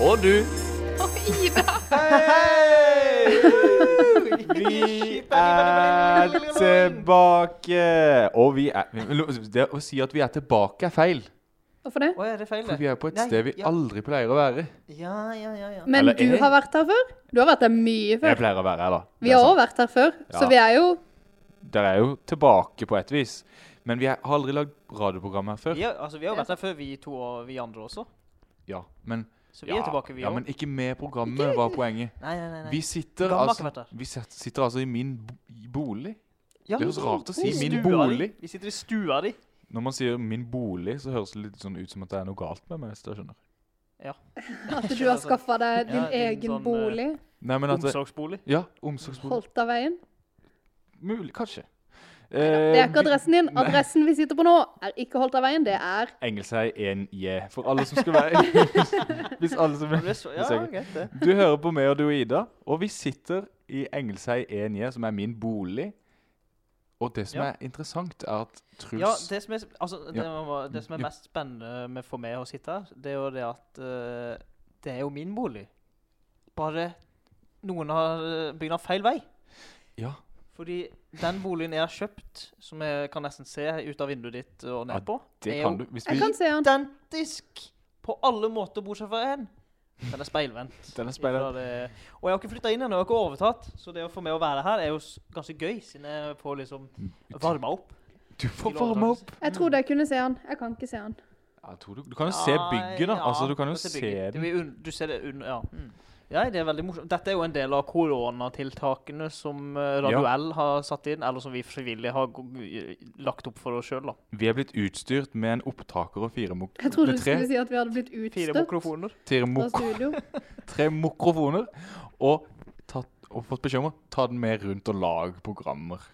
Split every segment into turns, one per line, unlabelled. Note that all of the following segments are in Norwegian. Og du.
Og Ida.
Vi er tilbake. Og vi er Det å si at vi er tilbake er feil.
Hvorfor det?
Å, er det feil, det?
For vi er på et
Nei,
sted vi
ja.
aldri pleier å være.
Ja, ja, ja. ja.
Men
Eller
du
jeg.
har vært her før. Du har vært her mye
Jeg
før.
pleier å være her, da.
Vi har òg vært her før, så
Ja.
vi er jo
Dere er jo tilbake på et vis. Men vi er, har aldri lagd radioprogram her før.
Vi, har- altså, vi har jo vært her før, vi to og vi andre også.
Ja, men,
Så vi er tilbake, vi
ja,
òg.
men ikke med programmet, var poenget.
Nei, nei, nei. nei.
Vi sitter,
Gamma har ikke
altså,
vært
vi sit- sitter altså i min bo- bolig.
Ja,
det høres rart å si
i
min
stua
bolig.
Di. Vi sitter i stua di.
Når man sier 'min bolig', så høres det litt sånn ut som at det er noe galt med meg. hvis dere skjønner.
at du
Altså,
har skaffa deg din
Ja, sånn. en
egen
sånn, eh,
bolig.
Nei, men at det,
Omsorgsbolig.
Ja, omsorgsbolig.
Holdt av veien.
Mulig, kanskje. Eh,
Det er ikke adressen din. Adressen vi sitter på nå, er ikke holdt av veien. Det er
Engelsheim 1J, for alle som skulle være Hvis alle som
Ja, det er så- ja,
Det er sikkert.
greit, det.
Du hører på meg og du og Ida, og vi sitter i Engelsheim 1J, som er min bolig. Og det som
Ja.
er interessant, er at Truls
Ja, det som er, altså, det,
Ja.
må- det som er
Ja.
mest spennende med for meg å sitte her, det er jo det at eh, det er jo min bolig. Bare noen har eh, begynner feil vei.
Ja.
Fordi den boligen jeg har kjøpt, som jeg kan nesten se ut av vinduet ditt og
Ja,
nedpå,
det
er
kan
jo
du. Hvis vi,
Jeg kan se han.
identisk på alle måter, bortsett fra én. Den er speilvendt.
Den er speilvendt.
Ifra det- Og jeg har ikke flytta inn ennå, jeg har ikke overtatt. Så det å få meg å være her er jo s- ganske gøy, siden jeg får liksom varma opp.
Du får varme opp!
Jeg trodde jeg kunne se han. Jeg kan ikke se han.
Ja, jeg tror du, du kan jo se bygget, da.
Ja,
altså, du kan jo
får
se
bygget. Det
den.
blir un- Du ser det under, ja. Mm. Ja, det er veldig morsomt. Dette er jo en del av koronatiltakene som eh, Radio
Ja.
L har satt inn, eller som vi frivillig har go- g- lagt opp for oss sjøl, da.
Vi er blitt utstyrt med en opptaker og fire mok...
Jeg trodde
eller
du
tre,
skulle si at vi hadde blitt
Fire
utstøtt
mikrofoner.
tre
fra
mok
studio.
tre mikrofoner og, tatt, og fått beskjed om å ta den med rundt og lage programmer.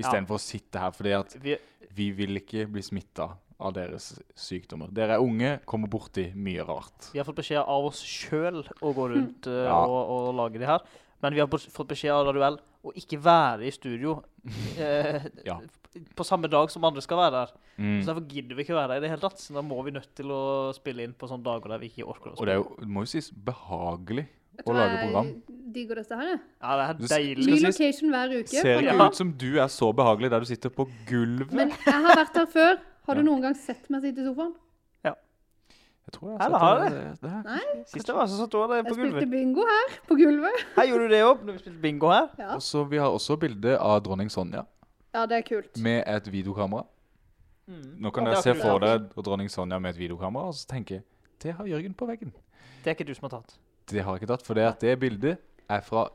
Istedenfor å sitte her, fordi at
Vi,
vi vil ikke bli smitta av deres sykdommer. Dere er unge, kommer borti mye rart.
vi har fått beskjed av oss sjøl å
Hmm.
gå rundt eh,
Ja.
og, og lage de her, men vi har bes- fått beskjed av Radio L å ikke være i studio eh,
Ja.
på samme dag som andre skal være der. Så
Mm.
Derfor gidder vi ikke å være der i det hele tatt. Så da må vi nødt til å spille inn på sånne dager der vi ikke orker å
Og det er jo, det må jo sies, behagelig å
Jeg tror
lage
jeg
program.
digger dette her, jeg.
Ja, det
Du
er
skal-
deilig.
Ny
sies-
location hver uke.
Ser
faktisk.
ikke
Ja.
ut som du er så behagelig der du sitter på gulvet.
Men jeg har vært her før. Har du
Ja.
noen gang sett meg sitte i sofaen?
Jeg tror jeg
Ja,
har
det
sett
har
det- det her.
Sist jeg var så satt du der
Jeg spilte bingo her, på gulvet.
Her gjorde du det òg, når vi spilte bingo her.
Ja,
Og så Vi har også bilde av dronning Sonja
ja det er kult.
med et videokamera. Nå kan
Mm. Ja,
dere
det
se
har ikke du
for
tatt.
dere dronning Sonja med et videokamera og så tenke det har Jørgen på veggen.
Det er ikke du som har tatt.
Det har jeg ikke tatt, for det, at det bildet er fra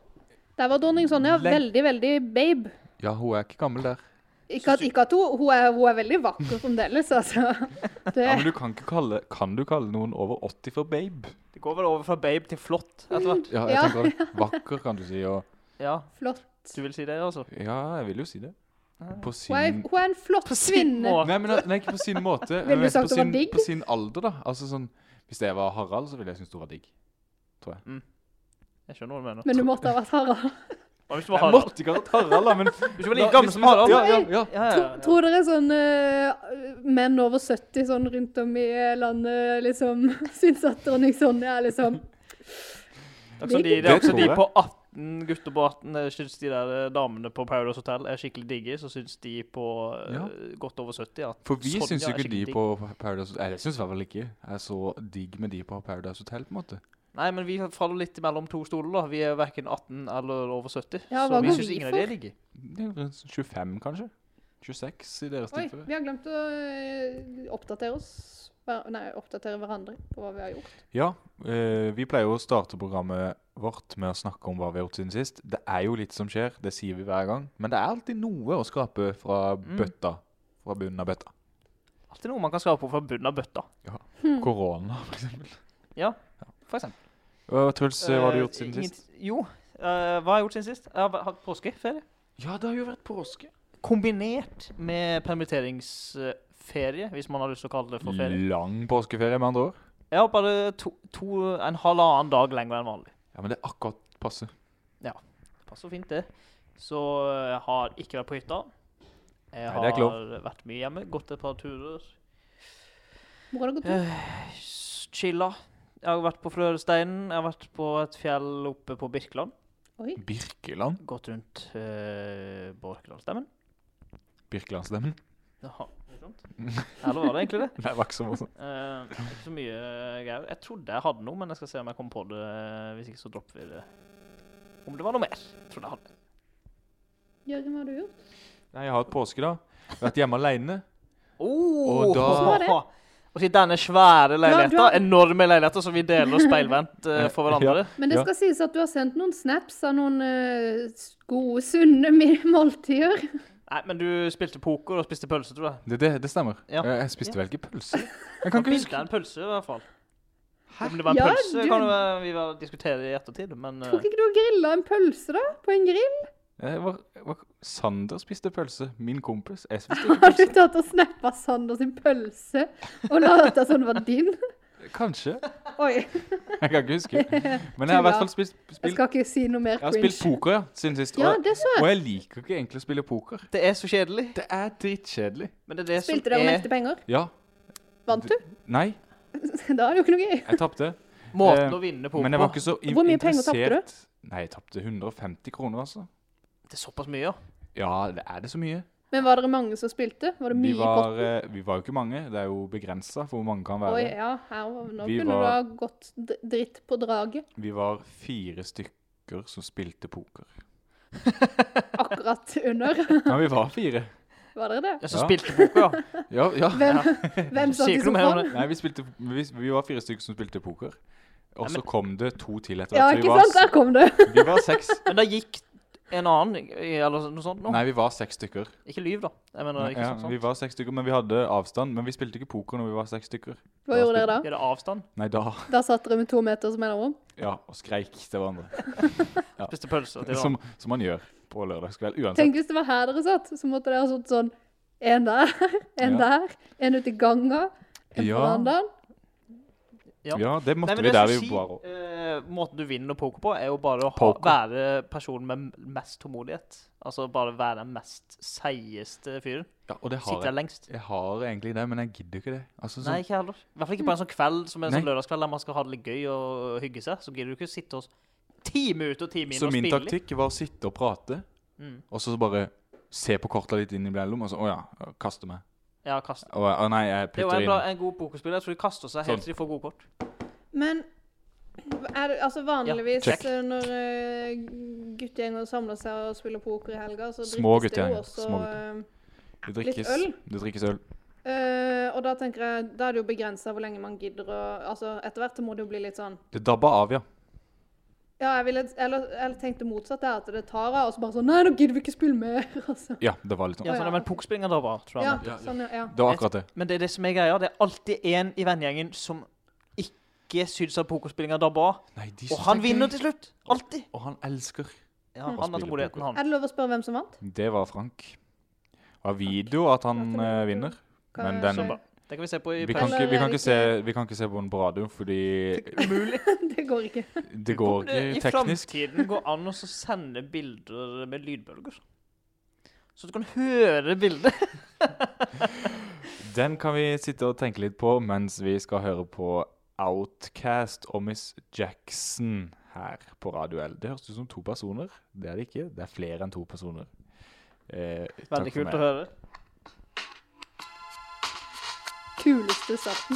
Der var dronning Sonja
Legg-
veldig, veldig babe.
Ja, hun er ikke gammel der.
Ikke at, ikke at hun, hun, er, hun er veldig vakker fremdeles, altså. Det,
Ja, men du kan ikke kalle Kan du kalle noen over 80 for babe?
Det går vel over fra babe til flott etter hvert.
Ja, jeg
Ja.
tenker det. Vakker, kan du si. Og
Ja,
flott.
du vil si det, altså?
ja, jeg vil jo si det. På sin
Hun er, hun er en flott kvinne.
Nei, men nei, ikke på sin måte.
Ville du
men
sagt
på
hun
sin,
var digg?
På sin alder, da. Altså sånn Hvis jeg var Harald, så ville jeg synes du var digg.
Jeg skjønner hva du mener.
Men du måtte ha vært Harald.
Hva hvis du var
Jeg
Harald?
måtte ikke ha hatt Harald, da, men
Hvis du var like gammel som Harald?
Ja, ja, ja.
ja,
Tro, tror dere sånn eh, menn over 70 sånn rundt om i landet liksom syns at dronning Sonja er liksom
Det er også de, det
Det
er også
tror
de
jeg.
på 18, gutter på 18, eh, syns de der eh, damene på Paradise Hotel er skikkelig digge. Så syns de på eh,
Ja.
godt over 70 at
For vi
Sonja
syns jo
er
ikke de
Sånn, skikkelig digg.
på Paradise Hotel Jeg syns i hvert fall ikke jeg er så digg med de på Paradise Hotel, på en måte.
Nei, men vi faller litt mellom to stoler, da. Vi er verken 18 eller over 70.
Ja,
så
hva
vi
går
syns
vi
ingen
for?
av de er digge.
Det er rundt 25, kanskje? 26 i deres
Oi,
tilfelle.
vi har glemt å eh, oppdatere oss. hver- Nei, oppdatere hverandre på hva vi har gjort.
Ja, eh, vi pleier jo å starte programmet vårt med å snakke om hva vi har gjort siden sist. Det er jo litt som skjer, det sier vi hver gang. Men det er alltid noe å skrape fra
Mm.
bøtta. Fra bunnen av bøtta.
Alltid noe man kan skape fra bunnen av bøtta.
Korona, for eksempel.
Ja, for eksempel.
Hva, Truls, eh, hva har du
Eh,
gjort siden
ingen-
sist?
Jo, eh, hva har jeg gjort siden sist? Jeg har vært- hatt påskeferie.
Ja, det har jo vært påske.
Kombinert med permitteringsferie, hvis man har lyst til å kalle det for ferie.
Lang påskeferie, med andre ord.
Jeg har bare to, to, en halvannen dag lenger enn vanlig.
Ja, men det er akkurat passe.
Passer fint, det. Så eh, jeg har ikke vært på hytta.
Nei,
Jeg har
det er ikke lov.
vært mye hjemme, gått et par turer,
Hvor har det gått?
Eh, s- chilla. Jeg har vært på Fløresteinen. Jeg har vært på et fjell oppe på Birkeland.
Oi.
Birkeland?
Gått rundt uh, Borkelandstemmen.
Birkelandstemmen?
Jaha, morsomt. Eller var det egentlig det?
Nei, det var ikke så morsomt.
Eh, ikke så mye eh, greier. Jeg trodde jeg hadde noe, men jeg skal se om jeg kommer på det. eh, Hvis ikke, så dropper vi det. Om det var noe mer. Jeg trodde jeg hadde det.
Jørgen, hva har du gjort?
Nei, jeg har hatt påske, da. Vært hjemme aleine.
Oh,
Og da-
Hvordan var det?
Og til denne svære leiligheten,
har-
enorme leiligheten som vi deler speilvendt eh, for hverandre.
Men det
Ja.
skal sies at du har sendt noen snaps av noen eh, s- gode, sunne mi- måltider.
Nei, men du spilte poker og spiste pølse, tror jeg.
Det, det, det stemmer.
Ja.
Eh, Jeg spiste vel ikke pølse? Jeg
Han
kan ikke
spilte
huske.
en pølse, i hvert fall. Om det var en
Ja,
pølse,
du-
kan jo være- vi vel diskutere i ettertid, men eh,
Tror ikke du har grilla en pølse, da? På en grill?
Jeg var, jeg var, Sander spiste pølse. Min kompis. Jeg spiste ikke
Har du
pølse.
tatt og snappa Sander sin pølse og lata som det var din?
Kanskje.
Oi.
Jeg kan ikke huske. Men jeg har i hvert fall spist,
Jeg
spilt,
skal ikke si noe mer
jeg har spilt
cringe.
poker ja, siden sist.
Ja,
Og,
det så jeg.
og jeg liker ikke egentlig å spille poker.
det er så kjedelig.
Det er drittkjedelig.
Men det er det
Spilte
som
dere om
er
ekte penger?
Ja.
Vant du?
Nei,
Da er det jo ikke noe gøy.
jeg tapte.
måten
Eh,
å vinne poker
Men jeg var ikke så in
Hvor mye penger
interessert
tapte du?
Nei, jeg tapte 150 kroner, altså.
på. Det er såpass mye, ja.
Ja, det er det så mye.
Men var dere mange som spilte? Var det
Vi
mye i
var,
potten?
eh, vi var jo ikke mange. Det er jo begrensa for hvor mange kan være.
Oi, ja, her, nå
Vi
kunne du ha
var-
gått d- dritt på draget.
Vi var fire stykker som spilte poker.
Akkurat under.
Ja, vi var fire.
Var dere det?
Jeg som
Ja.
spilte poker, ja.
Ja, ja.
Hvem, hvem satt
Sier
i
ikke noe mer om
sofaen?
det.
Nei, vi, spilte, vi, vi var fire stykker som spilte poker. Og så kom det to til etter
Ja,
hvert. så
ikke sant? Der kom det.
Vi var, vi var seks.
Men da gikk en annen, eller noe sånt nå.
Nei, vi var seks stykker.
Ikke lyv, da. Jeg mener, ikke
Ja,
sånn sånt.
vi var seks stykker, Men vi hadde avstand. Men vi spilte ikke poker når vi var seks stykker.
Hva gjorde dere da?
Er det avstand?
Nei, da
Da satt dere med to meters mellomrom.
Ja, og skreik til hverandre.
Spiste pølse til
Som, som man gjør på lørdagskveld. Uansett.
Tenk hvis det var her dere satt, så måtte dere ha sittet sånn En der, en
Ja.
der, en ute i ganga, en på
Ja.
verandaen.
ja.
Ja, det måtte
Nei, men
vi
det
der
jeg
vi
skulle
var.
si, eh, måten du vinner poker på, er jo bare å ha,
Poker.
være personen med m- mest tålmodighet. Altså bare være den mest seigeste fyren.
Ja, og det har
Sitter
jeg.
lengst.
Jeg har egentlig det, men jeg gidder ikke det. Altså,
Nei,
sånn,
ikke heller. I hvert fall ikke på en sånn kveld som en
Nei.
sånn lørdagskveld der man skal ha det litt gøy og hygge seg. Så gidder du ikke sitte og s- time ut og time inn
så
og
min
spille. litt.
taktikk var å sitte og prate,
Mm.
og så bare se på korta litt innimellom, og så Å ja, kaste meg.
Ja, kaste.
Å å nei, jeg
Det er jo
putter
en, bra,
inn.
en god pokerspiller. Jeg tror de kaster seg
Sånn.
helt til de får gode kort.
Men er det, altså vanligvis
Ja, check.
eh, når eh, guttegjenger samler seg og spiller poker i helga, så drikkes
Små
det jo
guttegjenger,
også
små gutter.
eh,
Det
litt
drikkes,
øl.
det drikkes øl.
eh, Og da tenker jeg, da er det jo begrensa hvor lenge man gidder å Altså etter hvert må det jo bli litt sånn
Det dabba av, ja.
Ja, jeg ville Eller, eller tenkte motsatt, det er at det tar av, og så bare sånn Nei, nå gidder vi ikke spille mer, altså.
Ja, det var litt sånn.
Ja, sånn,
ja.
men pokerspillinga da bare, tror jeg.
Ja,
men.
ja.
sånn, ja. ja.
Det var akkurat det.
Men det er det som er greia. Det er alltid én i vennegjengen som ikke syns at pokerspillinga dabber av.
Nei, de
Og han vinner til slutt. Alltid.
Og han elsker.
Ja, han har
spiller
tålmodigheten,
poker.
han.
Er det lov å spørre hvem som vant?
Det var Frank. Av video at han eh, vinner.
Hva-
Men den-
Nei,
Det kan vi se på i
Vi kan,
pausen.
ikke, vi, kan ikke se, vi kan ikke se på den på radioen, fordi
Umulig.
Det går ikke.
det går
I
ikke teknisk.
framtiden går an å så sende bilder med lydbølger. Så du kan høre bildet.
Den kan vi sitte og tenke litt på mens vi skal høre på Outcast og Miss Jackson her på Radio L. Det høres ut som to personer. Det er det ikke. Det er flere enn to personer. Eh, takk
Veldig
for
kult
meg.
å høre.
Kuleste starten.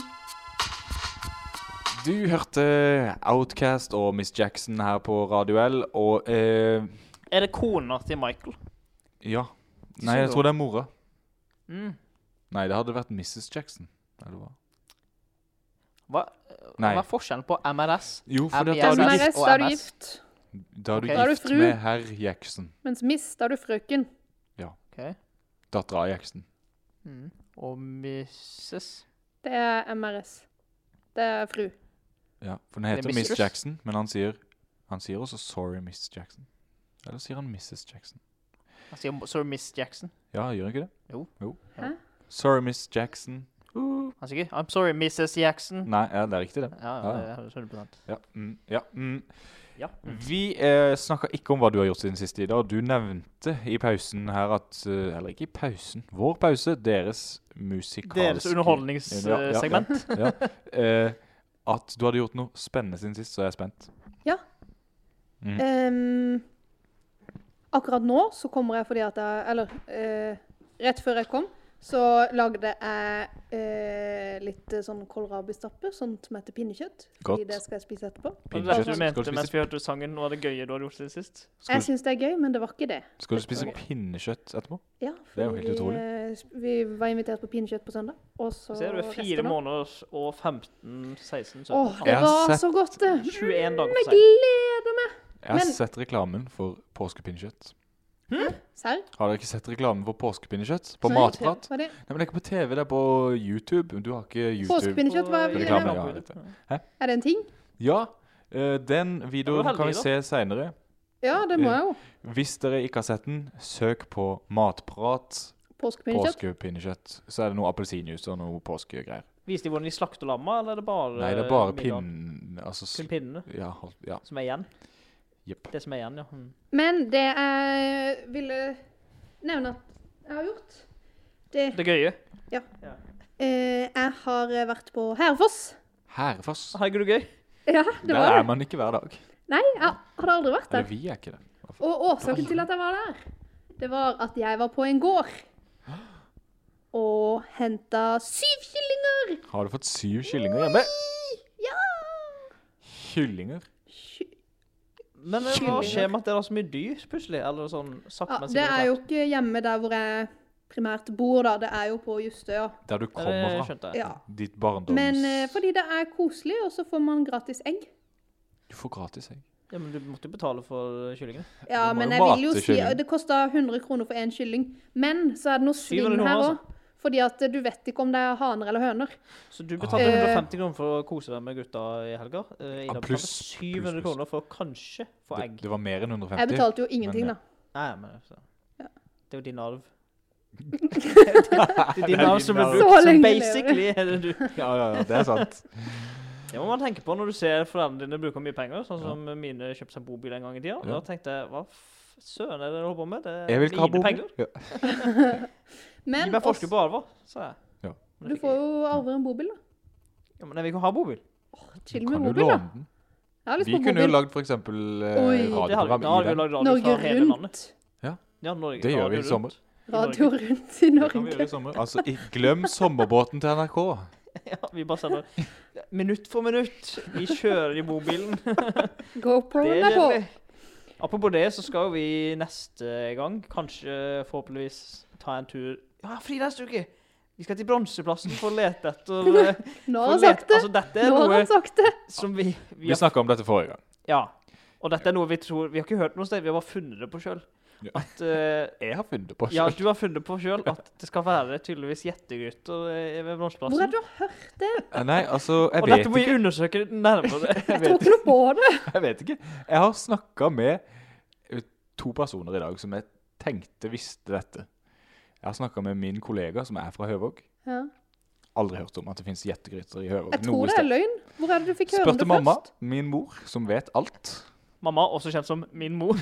Du hørte Outcast og Miss Jackson her på Radio L, og eh,
Er det kona til Michael?
Ja. Nei, jeg tror det er mora.
Mm.
Nei, det hadde vært Mrs. Jackson. Eller hva?
Hva,
Nei.
hva er forskjellen på MRS?
Jo, for
Ja,
da
men
er du
jeg-
gift,
MRS,
gift og
da er du
MS.
gift.
da er du
Ok.
Da er du
gift
fru.
med herr Jackson.
Mens Miss, da er du frøken.
Ok.
Dattera av Jackson.
Mm. Og Mrs.
Det er MRS. Det er fru.
Ja, for den heter
Eller
Miss
Mistress.
Jackson, men han sier Han sier også 'sorry, Miss Jackson'. Eller sier han Mrs. Jackson?
Jeg sier sorry, Miss Jackson.
Ja, gjør han ikke det?
Jo.
Hæ?
Sorry, Miss Jackson.
Han sier ikke I'm sorry, Mrs. Jackson.
Nei, Ah. ja, det er riktig, det.
Ja, ja, det er 100
Ja, mm, ja, mm.
Ja.
Vi eh, snakka ikke om hva du har gjort siden sist, Ida. og Du nevnte i pausen her at eh, Eller ikke i pausen, vår pause. Deres musikalske
Deres underholdningssegment.
Ja, ja, ja. Eh, at du hadde gjort noe spennende siden sist, så er jeg spent. Mm.
Ehm, akkurat nå så kommer jeg fordi at jeg Eller eh, rett før jeg kom, så lagde jeg eh, litt eh, sånn kålrabistapper, sånt som heter pinnekjøtt.
Godt.
Fordi det skal jeg spise etterpå.
Og det er
Pinnekjøtt.
det du
Skal
mente
du
mens
spise,
vi hørte sangen. Noe av det gøye du har gjort siden sist.
skal
Jeg
du,
syns det er gøy, men det var ikke det.
skal du spise
Ok.
pinnekjøtt etterpå?
Ja,
Det er jo helt
fordi,
utrolig.
eh, sp- Vi var invitert på pinnekjøtt på søndag, og så
Så ser du fire
resten av-
måneder og 15, 16, 17
Åh, det
Jeg har
var
sett-
så godt, det!
21 dager
Jeg
på seg.
gleder meg!
Jeg har
Men-
sett reklamen for påskepinnekjøtt.
Serr?
Har dere ikke sett reklamen for påskepinnekjøtt på
Nei,
Matprat?
var det-
Nei, men det er ikke på TV, det er på YouTube. Du har ikke YouTube.
Påskepinnekjøtt, hva
Reklame,
er
ja.
det en ting?
Ja, eh, den videoen
heldig,
kan vi
da.
se seinere.
Ja, det må
Eh,
jeg jo.
Hvis dere ikke har sett den, søk på Matprat
Påskepinnekjøtt.
påskepinnekjøtt. Så er det noe appelsinjuice og noe påskegreier.
Viste de hvordan de slakter lamma, eller er det bare
Nei, det er bare
middagen?
pinnen Altså s-
Kun pinnene
Ja. hold- ja.
som er igjen.
Jepp.
Det som er igjen, ja. Mm.
Men det jeg ville nevne at jeg har gjort, det
Det gøye.
eh, Jeg har vært på Herfoss.
Herfoss.
Har ikke du gøy?
Ja,
Der
det var
er
det.
man ikke hver dag.
Nei, jeg hadde aldri vært
Eller
der.
vi er ikke det.
Og årsaken til at jeg var der, det var at jeg var på en gård. Og henta syv kyllinger!
Har du fått syv kyllinger hjemme?
Ja!
Kyllinger?
Ky-
Men eh, hva
Kyllinger.
skjer med at det er så mye dyr, plutselig? Eller sånn sakte,
Ja,
men
det
sikkert.
er jo ikke hjemme der hvor jeg primært bor, da. Det er jo på Justøya.
Der du
Ja, det
kommer fra.
skjønte Eh, jeg.
Ja.
Ditt barndoms...
Men eh, fordi det er koselig, og så får man gratis egg.
Du får gratis egg.
Ja, men du måtte jo betale for kyllingene.
Ja,
Du må jo
men jeg vil jo
mate
si
kyllingen.
Det kosta 100 kroner for én kylling. Men så er det noe svinn
700 kroner,
her
altså.
òg. Fordi at eh, du vet ikke om det er haner eller høner.
Så
Ah.
du betalte
Eh.
150 kroner for å kose deg med gutta i helga. eh, Ida
Ja,
betalte
Ah, pluss,
700
pluss, pluss.
kroner for kanskje få
Det,
egg.
det var mer enn 150.
Jeg betalte jo ingenting,
men,
da.
Nei, men altså. Det er jo din arv. Det er
Det
din
er
arv
din
som er
arv.
brukt.
Så
Så
lenge lever
basically er det du.
Ja, ja, ja, det er sant.
Det må man tenke på når du ser foreldrene dine bruker mye penger, sånn som mine kjøpte seg bobil en gang i tida.
Ja.
Da tenkte jeg hva f- søren er det dere holder på med? Det
Jeg
er
vil ikke ha bobil.
mine penger.
Ja.
Gi
Men
meg
også,
forskudd på arver, sa jeg.
Ja.
Men
du
jeg fikk-
får jo arve en bobil, da.
ja, Men jeg vil ikke ha bobil.
Chill
Du
med
kan jo
bobil, da.
låne den.
Jeg har lyst
Vi
på
kunne jo
bobil.
lagd for eksempel eh,
Oi. Det
Det har, da har
radioprogram
vi
i
jo
den.
lagd radio
Norge
fra hele landet.
Rundt.
Ja, Norge,
Det gjør vi
Radio
i
Rundt.
sommer.
I Norge.
Radio Rundt i
Det kan vi gjøre
Norge.
i sommer. Altså, i- glem sommerbåten til NRK.
Ja, vi bare sender minutt for minutt. Vi kjører i bobilen. Det
GoProen
er
er på.
kjedelig. Apropos det, så skal jo vi neste gang kanskje forhåpentligvis ta en tur Ja, fri neste uke! Vi skal til Bronseplassen for å lete etter eh,
Nå har
for å
han
lete-
sagt det.
Altså, dette er
Nå har
noe
han sagt det.
som vi, vi
Vi
har,
snakka om dette forrige gang.
Ja. Og dette er noe vi tror Vi har ikke hørt noe sted, vi har bare funnet det på sjøl.
Ja.
At eh,
Jeg har funnet det på
Ja,
selv.
du har funnet det på sjøl at det skal være tydeligvis gjettegryter eh, ved
Hvor er
Bronseplassen.
det du har hørt det?
Eh, Nei, altså, jeg
Og
vet
dette
ikke.
må vi undersøke nærmere.
Jeg tror ikke noe på det.
Jeg vet ikke. Jeg har snakka med eh, to personer i dag som jeg tenkte visste dette. Jeg har snakka med min kollega som er fra Høvåg.
Ja.
Aldri hørt om at det fins gjettegryter i Høvåg.
Jeg tror det er løgn. Hvor er det du fikk høre
Spurte
det
mamma,
først?
min mor, som vet alt.
Mamma, også kjent som min mor.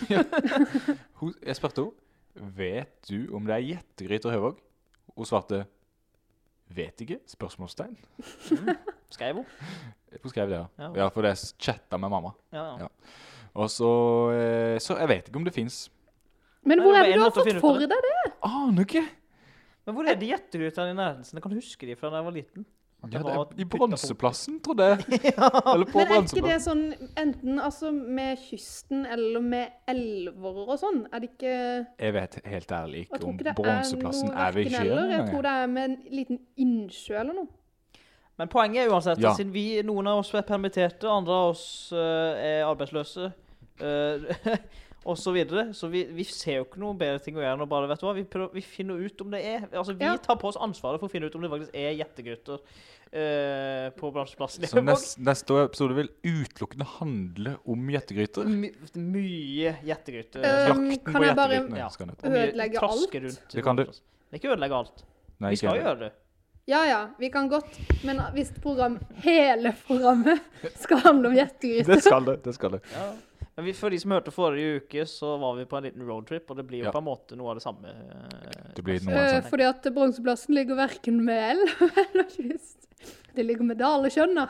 Hun, jeg spurte henne vet du om det er gjettegryter i Høvåg. Hun svarte vet ikke? spørsmålstegn.
Skrev hun.
Hun skrev det, ja.
Ja.
ja for det chatta med mamma.
Ja, ja.
Ja. Og så, eh, så jeg vet ikke om det fins.
Men
Nei,
hvor
det
er
var
det
en
du har
måte å finne
fått
ut
for
av
deg det?
Aner ikke.
Men hvor er de gjettegrytene i nærheten? Jeg kan huske de fra da jeg var liten.
Ja,
At jeg
det er,
bare
I
bytta på-
Bronseplassen, trodde jeg. Eller på
Men er ikke det
Bronseplassen.
sånn enten altså med kysten eller med elver og sånn? Er det ikke Jeg
Jeg vet helt ærlig ikke
tror
om
ikke det er
Bronseplassen
noe
er ved
verken eller. Jeg tror
sjøen.
det er med en liten innsjø eller noe.
Men poenget er uansett
Ja.
at siden vi, noen av oss er permitterte, andre av oss eh, er arbeidsløse eh, og så videre, så vi, vi ser jo ikke noe bedre ting å gjøre enn å bare vet du hva, vi, prøver, vi finner ut om det er Altså, vi
Ja.
tar på oss ansvaret for å finne ut om det faktisk er gjettegryter eh, på bransjeplassen.
Så neste, neste episode vil utelukkende handle om gjettegryter.
My, mye gjettegryter.
Eh,
Jakt-
Um,
Jakten
kan
på
jeg bare-
gjettegrytene.
Ja.
skal den hete.
og mye
ødelegge
traske
alt?
Rundt,
Det kan du.
Det er ikke ødelegge alt.
Nei,
Vi
ikke
skal
heller.
gjøre det.
Ja ja, vi kan godt. Men hvis program, hele programmet skal handle om gjettegryter
Det sånn skal det. det skal det.
Ja. Men vi, for de som hørte forrige uke, så var vi på en liten roadtrip, og det blir jo
Ja.
på en måte noe av det samme. eh,
Det blir noe altså. av det
eh, Fordi at Bronseplassen ligger verken med elv eller kyst. Det ligger med dalesjøen, da.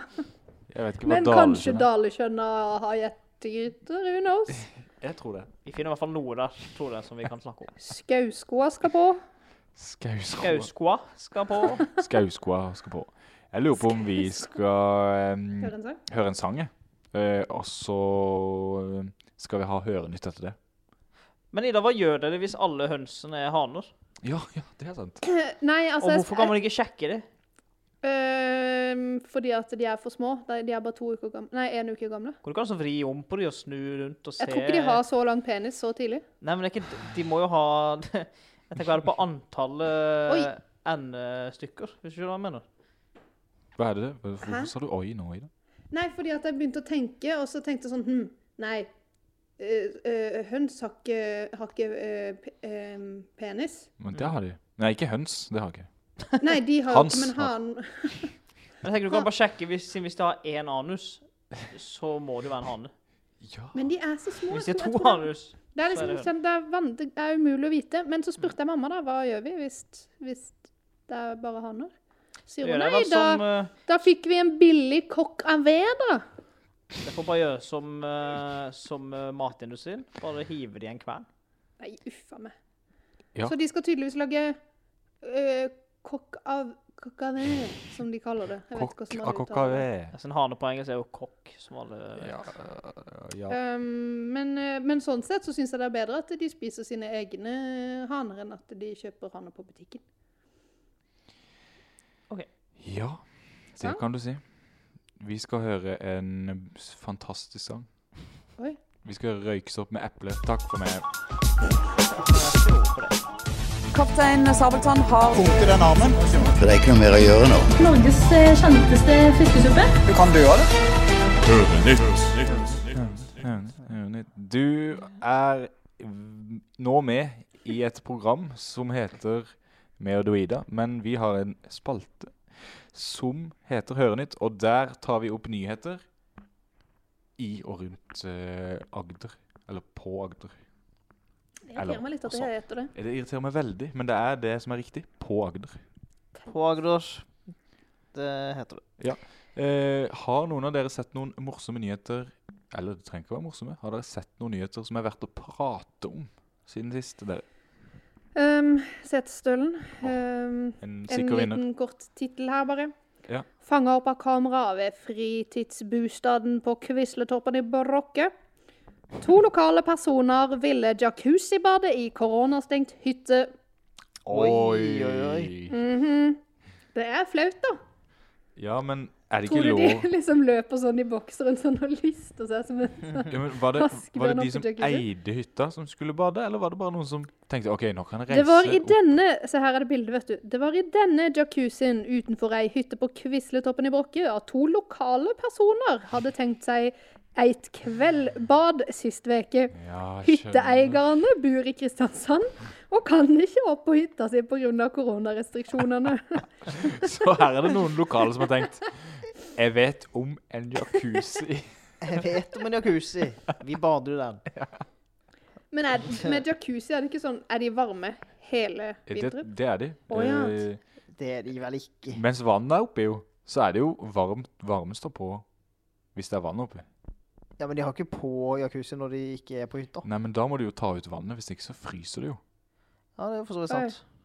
Jeg vet ikke hva
Men kanskje
daleskjønn er.
dalekjønna har gjettegryter, who knows?
Jeg tror det.
Vi finner i hvert fall noe der tror jeg, som vi kan snakke om.
Skauskoa skal på.
Skauskoa.
Skauskoa skal på.
Skauskoa skal på. Jeg lurer på om vi skal em,
Hører en sang.
høre en sang, jeg. Eh, og så skal vi ha hørenytt etter det.
Men Ida, hva gjør dere hvis alle hønsene er haner?
Ja, ja, det er sant.
Nei,
Og
altså jeg-
hvorfor kan man ikke sjekke det?
Øhm, fordi at de er for små. De de er bare to uker gamle. Nei, én uke gamle.
Går det ikke an å vri om på dem og snu rundt og se
Jeg tror ikke de har så lang penis så tidlig.
Nei, men det er ikke, de må jo ha Jeg tenker bare på antallet
Oi.
endestykker, hvis du skjønner hva jeg mener.
Hva er det? Hvorfor
Hæ?
sa du oi nå, Ida?
Nei, fordi at jeg begynte å tenke, og så tenkte jeg sånn hm, Nei. øh, øh, høns har ikke, har ikke øh, pe- øhm, penis.
Men det har de. Nei, ikke høns. Det har jeg ikke.
Nei, de har
Hans
Men
har-
han
Men jeg tenker du kan bare sjekke hvis, siden hvis de har én anus, så må det jo være en hane.
Ja.
Men de er så små.
Hvis de
jeg tror-
har
jeg
to
tror det-
anus
Det er
så er
liksom
det
sånn, det er, van, det er umulig å vite. Men så spurte jeg mamma, da. Hva gjør vi hvis, hvis det er bare haner?
Det
Sier hun
gjør jeg
nei,
vel som
da,
eh,
da fikk vi en billig kokk av ved, da.
Jeg får bare gjøre som, eh, som eh, matindustrien. Bare hive det i en kvern.
Nei, uffa meg.
Ja.
Så de skal tydeligvis lage øh, kokk av kokk av ved, som de kaller det. Jeg vet
Kokk
ikke
av
hvordan man uttaler det.
kokkavé.
Altså, en hane på engelsk er jo kokk, som alle
Ja, øh, ja.
Um, men, øh, men sånn sett så syns jeg det er bedre at de spiser sine egne haner, enn at de kjøper haner på butikken.
Ja, det
Sant?
kan du si. Vi skal høre en s- fantastisk sang.
Oi.
Vi skal høre 'Røyksopp med eple'. Takk for meg.
Kaptein Sabeltann har
For det er ikke noe mer å gjøre nå.
Norges eh, kjenteste fiskesuppe.
Du kan dø av det.
Du er v- nå med i et program som heter Med og Doida, men vi har en spalte som heter Hørenytt, og der tar vi opp nyheter i og rundt eh, Agder. Eller på Agder.
Jeg
Eller,
irriterer meg litt at
altså-
jeg heter det.
Det irriterer meg veldig, men det er det som er riktig. På Agder.
På Agder. Det heter det.
Eh, har noen av dere sett noen morsomme nyheter Eller det trenger ikke være morsomme. Har dere sett noen nyheter som er verdt å prate om siden sist? Dere?
Um, Setesdølen. Um,
En
En
sikker vinner.
liten kort tittel her, bare.
Ja.
Fanga opp av kamera ved fritidsbostaden på Quisletorpen i Brokke. To lokale personer ville jacuzzibade i koronastengt hytte.
Oi, oi, oi.
Mhm. Det er flaut, da.
Ja, men er det
Tror
ikke
du
lov
de liksom løper sånn i bokseren sånn og lister seg som en
ja, men var, det, var det
Vaskebjørn
de
oppe
som
i jacuzzi?
eide hytta, som skulle bade? Eller var det bare noen som tenkte OK, nå kan jeg reise
Det var i
opp
denne Se her er det bildet, vet du. Det var i denne jacuzzien utenfor ei hytte på Kvisletoppen i Brokke at to lokale personer hadde tenkt seg eit kveldbad sist veke.
Ja, skjønner.
Hytteeierne bor i Kristiansand og kan ikke opp på hytta si pga. koronarestriksjonene.
Så her er det noen lokale som har tenkt Jeg vet om en jacuzzi.
Jeg vet om en jacuzzi. Vi bader i den.
Men er, med jacuzzi er det ikke sånn Er de varme hele
Det,
vinteren?
det er de.
Å, ja.
Eh,
Det er de vel ikke.
Mens vannet er oppi, jo, så er det jo varmt, varmen står på hvis det er vann oppi.
Ja, Men de har ikke på jacuzzi når de ikke er på hytta.
Nei, men da må du jo ta ut vannet, hvis ikke så fryser det jo.
Ja, det er for så vidt
sant.
sant.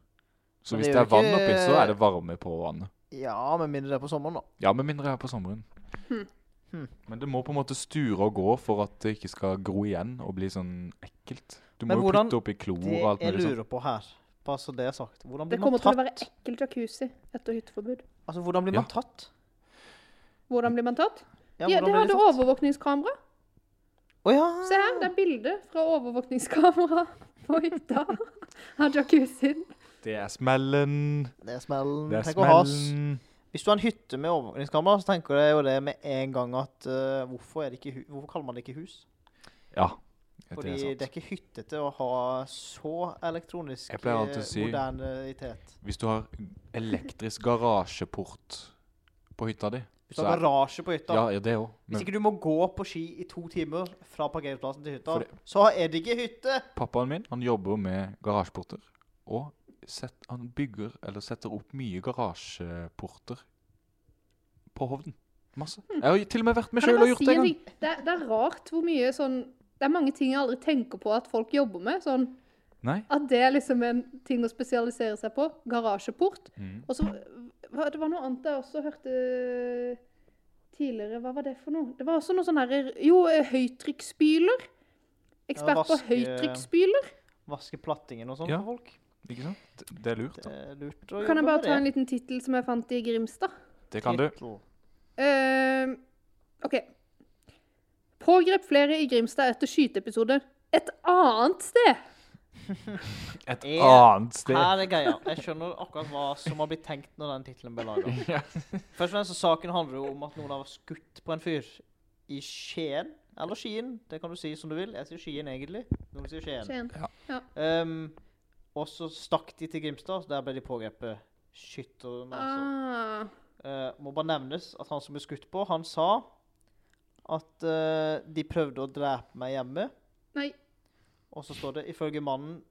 Så
Men
hvis
det
det er
gjør
vann
ikke-
oppi, så er det varme på vannet.
Ja, med mindre det er på sommeren, da.
Ja, med mindre jeg er på sommeren.
Hmm.
Hmm.
Men det må på en måte sture og gå for at det ikke skal gro igjen og bli sånn ekkelt. Du må
Men
jo
hvordan-
putte oppi klor
Det
og alt
jeg
mulig sånn? sånt.
lurer på her, bare så det er sagt Hvordan
Det
blir
kommer
man
til å være
tatt?
ekkel jacuzzi etter hytteforbud.
Altså, hvordan blir
Ja.
man tatt?
Hvordan blir man tatt?
Ja,
Ja,
hvordan
de
blir
hadde
tatt?
overvåkningskamera.
Å ja.
Se her, det er bilde fra overvåkningskamera på hytta av jacuzzien.
Det er smellen.
Det er smellen.
Det er
Mm, Tenk å ha s-
smellen.
Hvis du har en hytte med overvåkningskamera, så tenker jeg jo det med en gang at eh, hvorfor, er det ikke, hu- hvorfor kaller man det ikke hus?
Ja, det
Fordi
er
det er
sant.
ikke hyttete å ha så elektronisk
Jeg pleier alltid å
eh,
si-
modernitet.
Hvis du har elektrisk garasjeport på hytta di,
Hvis du
så
har
er
garasje på hytta
Ja, ja det òg.
Hvis ikke du må gå på ski i to timer fra parkeringsplassen til hytta,
For det-
så er det ikke hytte!
Pappaen min han jobber med garasjeporter. Og set, han bygger eller setter opp mye garasjeporter på Hovden. Masse. Jeg har til og med vært med
Mm. Kan jeg
sjøl og
bare
gjort
si
det
en
en gang.
ting? Det, er- det er rart hvor mye sånn Det er mange ting jeg aldri tenker på at folk jobber med. sånn
Nei.
At det er liksom en ting å spesialisere seg på. Garasjeport.
Mm.
Og så hva- Det var noe annet jeg også hørte tidligere. Hva var det for noe? Det var også noe sånn herre Jo, eh, høytrykksspyler. Ekspert på
vaske-
høytrykksspyler.
Vaske plattingen og sånn
Ja.
for folk.
Ikke sant? Det er lurt.
Det
da.
er lurt å
Kan jeg
jobbe
bare
med
ta en
det.
liten tittel som jeg fant i Grimstad?
Det kan du.
Tittel.
Eh, OK. Pågrep flere i Grimstad etter skyteepisode et annet sted.
Et
Ja.
annet sted.
Her er greia. Jeg skjønner akkurat hva som har blitt tenkt når den tittelen ble laga.
Ja.
Først og fremst så saken handler jo om at noen har skutt på en fyr i Skien. Eller Skien, det kan du si som du vil. Jeg sier Skien egentlig. Noen sier Skien.
Skien.
Ehm, og så stakk de til Grimstad, så der ble de pågrepet. Skytteren, altså.
Ah.
Eh, må bare nevnes at han som ble skutt på, han sa at eh, de prøvde å drepe meg hjemme.
Nei.
Og så står det ifølge mannen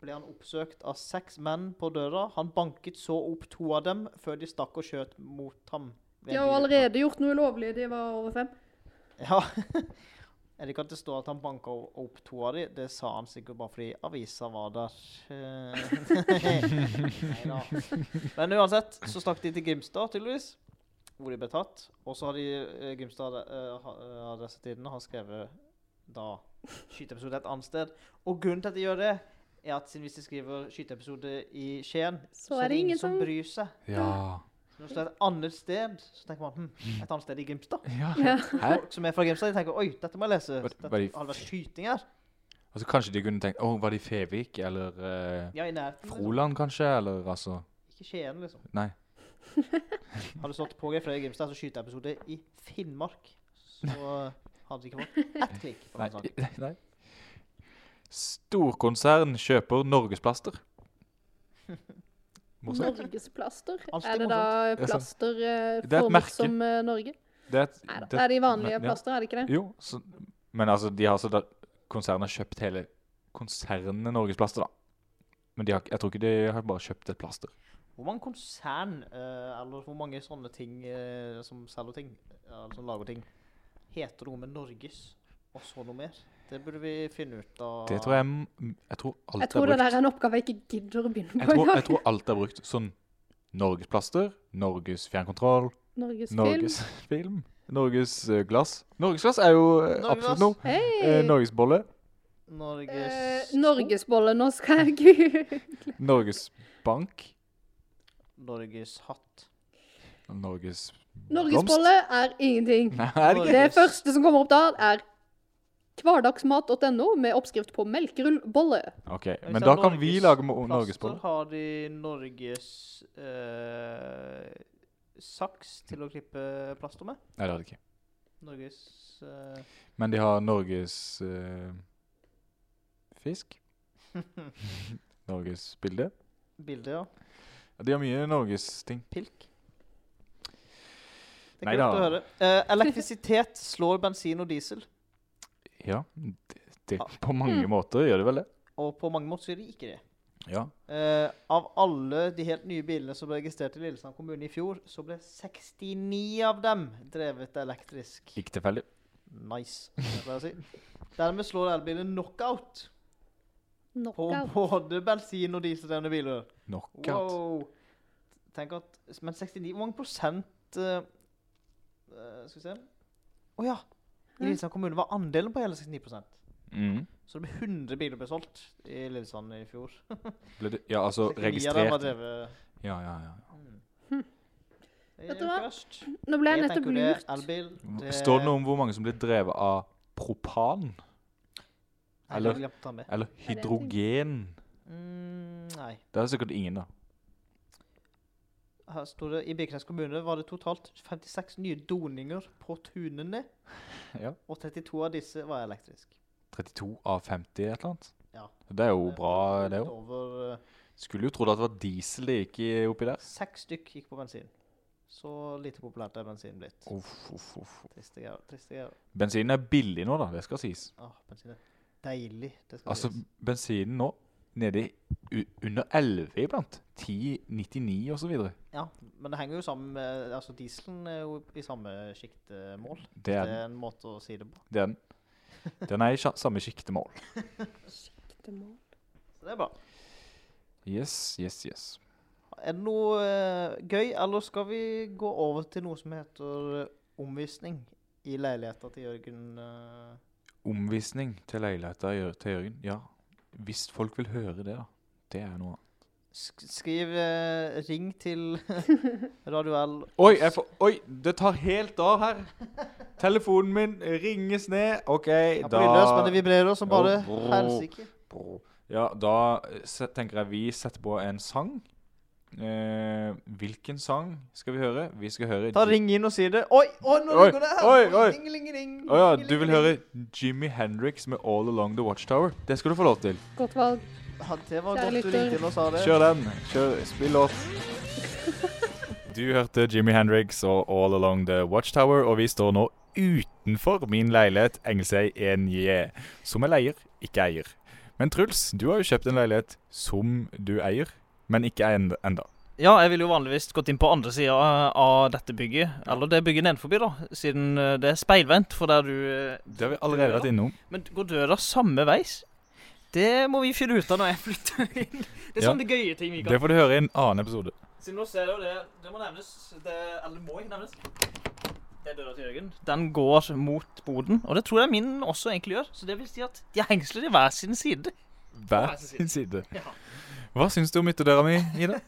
ble han oppsøkt av seks menn på døra. Han banket så opp to av dem før de stakk og skjøt mot ham. ved
De har jo
en bil.
allerede gjort noe ulovlig. De var over fem.
Ja. Jeg liker at det står at han banka opp to av de. Det sa han sikkert bare fordi avisa var der. Eh, Nei da. Men uansett så stakk de til Grimstad, tydeligvis, hvor de ble tatt. Og så har de eh, Grimstad eh, ha- eh, Adressetidene har skrevet da skyteepisode et annet sted. Og grunnen til at de gjør det, er at siden hvis de skriver skyteepisode i Skien,
Så er det ingen
som
som-
bryr seg.
ja.
Når det står et annet sted, så tenker man hm, et annet sted i Grimstad.
ja.
Ja.
Hæ?
Folk som er fra Grimstad, de tenker oi, dette må jeg lese.
Var-
Dette
var de-
har det vært skyting her.
Altså, kanskje de kunne tenkt Å, var det i Fevik eller eh,
Ja, i nærheten. Liksom.
Froland, kanskje? Eller altså
Ikke Skien, liksom.
Nei.
Hadde det stått på Frøy i Grimstad, så skyteepisode i Finnmark. Så hadde det ikke fått ett klikk. på
Nei.
den saken.
Nei. Storkonsern kjøper norgesplaster. Morsomt.
Norgesplaster.
Alltid
Er det da plaster eh,
Det er et merke.
formet som eh, Norge?
Det er, et-
Nei da.
det
Det er de vanlige
men- ja.
plaster, er det ikke det?
Jo, så, men altså, de har så da, konsernet har kjøpt hele konsernet Norges Plaster, da. Men de har, ikke- jeg tror ikke de har bare kjøpt et plaster.
Hvor mange konsern, eh, eller hvor mange sånne ting eh, som selger ting, eller som lager ting, heter noe med Norges, og så noe mer? Det burde vi finne ut av.
Det tror jeg m- Jeg tror alt
Jeg tror
er
det
brukt.
der er en oppgave jeg ikke gidder å begynne
jeg,
på
tror, jeg
engang.
tror alt er brukt. Sånn Norges Plaster, Norges Fjernkontroll,
Norges film.
Norges Film, Norges eh, Glass. Norges Glass er jo eh,
Norges
absolutt
Glass.
noe. Eh,
Hei!
Norges Bolle,
Norges...
Eh, Norgesbolle, nå skal jeg ikke
Norges Bank,
Norges hatt.
Norges Blomst.
Norgesbolle er ingenting.
Nei, er det ikke?
Det
Norges-
første som kommer opp da, er hverdagsmat.no med oppskrift på melkerullbolle.
OK.
Hvis
Men
det
da
er
kan vi
Norges
lage mo-
plaster,
Norgesbolle.
Har de Norges eh, saks til å klippe plaster med?
Nei, det har de ikke.
Norges eh,
Men de har Norges eh, fisk. Norges bilde.
bilde, ja.
Ja, De har mye Norges ting.
Pilk. Det er
Nei
kult å
da.
høre. Eh, elektrisitet slår bensin og diesel,
Ja, det, det, på mange måter gjør det vel det.
og på mange måter så gjør de ikke det.
Ja.
Eh, av alle de helt nye bilene som ble registrert i Lillesand kommune i fjor, så ble 69 av dem drevet elektrisk.
Ikke tilfeldig.
Nice, som jeg pleier å si. Dermed slår elbilen knockout. På
Knockout.
både bensin- og dieseldrevne biler.
Knockout.
Wow! Tenk at, Men 69 Hvor mange prosent eh, eh, Skal vi se Å ja!
Hæ?
I Lillesand kommune var andelen på hele 69
Mm.
Så det ble 100 biler ble solgt i Lillesand i fjor.
Ble det, ja, altså
69 av dem var
registrert.
drevet
Ja, ja, ja.
Det
Vet
er
du
jo
hva?
ikke verst.
Nå ble jeg
Eh, Jeg
nettopp
tenker det er
lurt.
elbil.
Står det noe om hvor mange som blir drevet av propan?
Nei,
eller-
jeg glemte å ta med.
Eller
det er en ting.
hydrogen?
Mm, nei.
Det er sikkert ingen, da.
Her står det I Birkenes kommune var det totalt 56 nye doninger på tunene.
Ja.
Og 32 av disse var elektrisk.
32 av 50 et eller annet.
Ja.
Det er jo
Eh,
bra, det
Litt
òg.
Over eh,
Skulle jo trodd at det var diesel det gikk i oppi der.
Seks stykk gikk på bensin. Så lite populært er bensin blitt.
Uff, uff, uff.
Triste greier. Triste greier.
Bensinen er billig nå, da. Det skal sies.
Ah, bensin er deilig. Det skal
Altså,
sies.
bensinen nå nede i u- under 11 iblant. 10,99 osv.
Ja, men det henger jo sammen med Altså, dieselen er jo i samme sjiktmål.
Det er
Det
den.
er en måte å si det på.
Det er den. Den er i sja- samme sjiktemål.
Det må-
Så det er bra.
Yes, yes, yes.
Er det noe eh, gøy, eller skal vi gå over til noe som heter eh, omvisning i leiligheta til Jørgen? eh?
Omvisning til leiligheta i Jør- til Jørgen. Ja, hvis folk vil høre det, da. Det er noe annet.
Sk skriv eh, 'ring til Radio L'.
Oi, jeg får, oi, det tar helt av her! Telefonen min ringes ned. OK,
Ja,
da
Lydløs, men det vibrerer som bare
Jo, bro.
helsike.
Ja, da set, tenker jeg vi setter på en sang. Eh, hvilken sang skal vi høre? Vi skal høre
Ta
Ji-
ring inn og si det. Oi, oi, nå
Oi,
ligger det her!
oi, oi.
Ring, ring, ring,
Å ja,
ring,
du vil
ring.
høre Jimmy Hendrix med 'All Along The Watchtower'? Det skal du få lov til.
Godt valg.
Ja, det var
Kjære
godt du
lytter.
ringte inn og sa det.
Kjør den. Kjør, spill låt. Du hørte Jimmy Hendrix og All Along The Watchtower, og vi står nå utenfor min leilighet, Engelsøy 1J, som jeg leier, ikke eier. Men Truls, du har jo kjøpt en leilighet som du eier, men ikke eier enda.
Ja, jeg ville jo vanligvis gått inn på andre sida av dette bygget, eller det bygget nedenforbi, da, siden eh, det er speilvendt for der du eh,
Det har vi allerede vært innom.
Men går døra samme veis? Det må vi finne ut av når jeg flytter inn. Det er
Ja.
sånne gøye ting vi kan
Det får du høre i en annen episode.
Siden nå ser jeg jo det Det må nevnes. Det, eller må ikke nevnes. Det er døra til Jørgen. Den går mot boden, og det tror jeg min også egentlig gjør. Så det vil si at de er hengsler i hver sin side.
Hver sin side. Hva syns du om ytterdøra mi, Ida?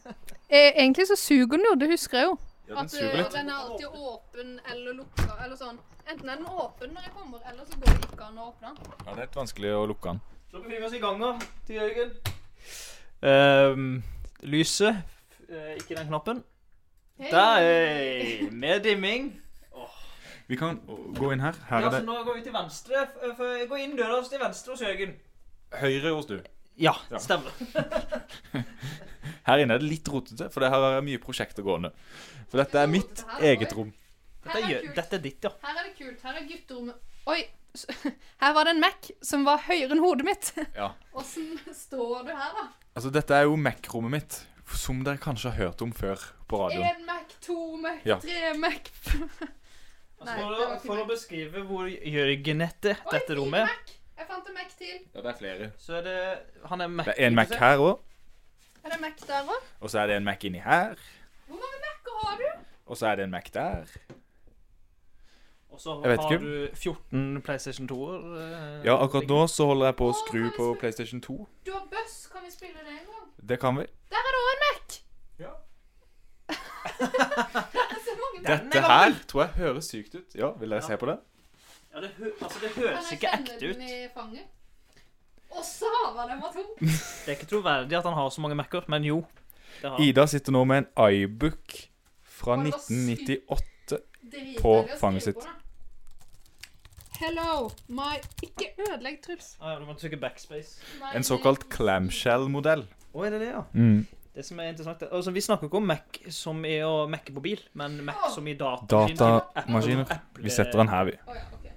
Eh, egentlig så suger den jo, det husker jeg jo.
Ja,
At eh, den er alltid åpen eller lukka eller sånn. Enten er den åpen når jeg kommer, eller så går det ikke an å åpne den.
Ja, det er litt vanskelig å lukke den.
Så befinner vi oss i gangen til Jørgen. Ehm, lyset eh, Ikke den knappen.
Hei!
Der! hei, Med dimming.
Vi kan gå inn her. Her
Ja,
er
så
det
nå går vi til venstre. eh, f- f- Gå inn døra til venstre hos Jørgen.
høyre hos du.
Ja,
Ja.
stemmer.
Her inne er det litt rotete, for det her er mye prosjekter gående. For dette er mitt
Det her er
eget
vår.
rom.
Dette er,
Her er
Jø-
kult.
dette er ditt, ja.
Her er det kult. Her er gutterommet Oi! s- Her var det en Mac som var høyere enn hodet mitt.
Ja.
Åssen står du her, da?
Altså, dette er jo Mac-rommet mitt, som dere kanskje har hørt om før på radioen.
Én Mac, to Mac,
Ja.
tre Mac Nei,
Altså, for,
det var
å,
ikke
for å
meg.
beskrive hvor Jørgen heter
Oi,
dette
fire
rommet,
Mac. Jeg fant en Mac til.
Ja, det er flere.
så er det Han er Mac.
Det er en
ikke
Mac
sant?
her òg,
Er det Mac der òg?
og så er det en Mac inni her,
Hvor mange Mac-er har du?
og så er det en Mac der.
Og så
Jeg vet
har
ikke.
du 14 PlayStation 2-er. eh,
Ja, akkurat nå så holder jeg på å skru på
Å,
PlayStation 2.
Du har buss. Kan vi spille det en gang?
Det kan vi.
Der er det òg en Mac.
Ja.
Det er så mange Mac.
Dette her tror jeg høres sykt ut. Ja, vil dere se på det?
Ja, det, hø altså, det høres ikke ekte
Kan
ut.
jeg kjenne den i fanget? Og så var det var to.
Det er ikke troverdig at han har så mange Mac-er, men jo. Det har han.
Ida sitter nå med en iBook fra
Å, det var sykt.
1998.
Dritdeilig
På
å skrive
fanget sitt.
da. Hello, my Ikke ødelegg, Truls.
Ah, ja, du må trykke backspace.
My
En såkalt
name-
clamshell-modell.
Å, er det det, ja?
Mm.
Det som er interessant er- altså, Vi snakker ikke om Mac som i å Mac'e på bil, men Mac
Ah!
som i datamaskin.
Datamaskiner.
Apple-
Vi setter den her, vi.
Å ja, ok.
Det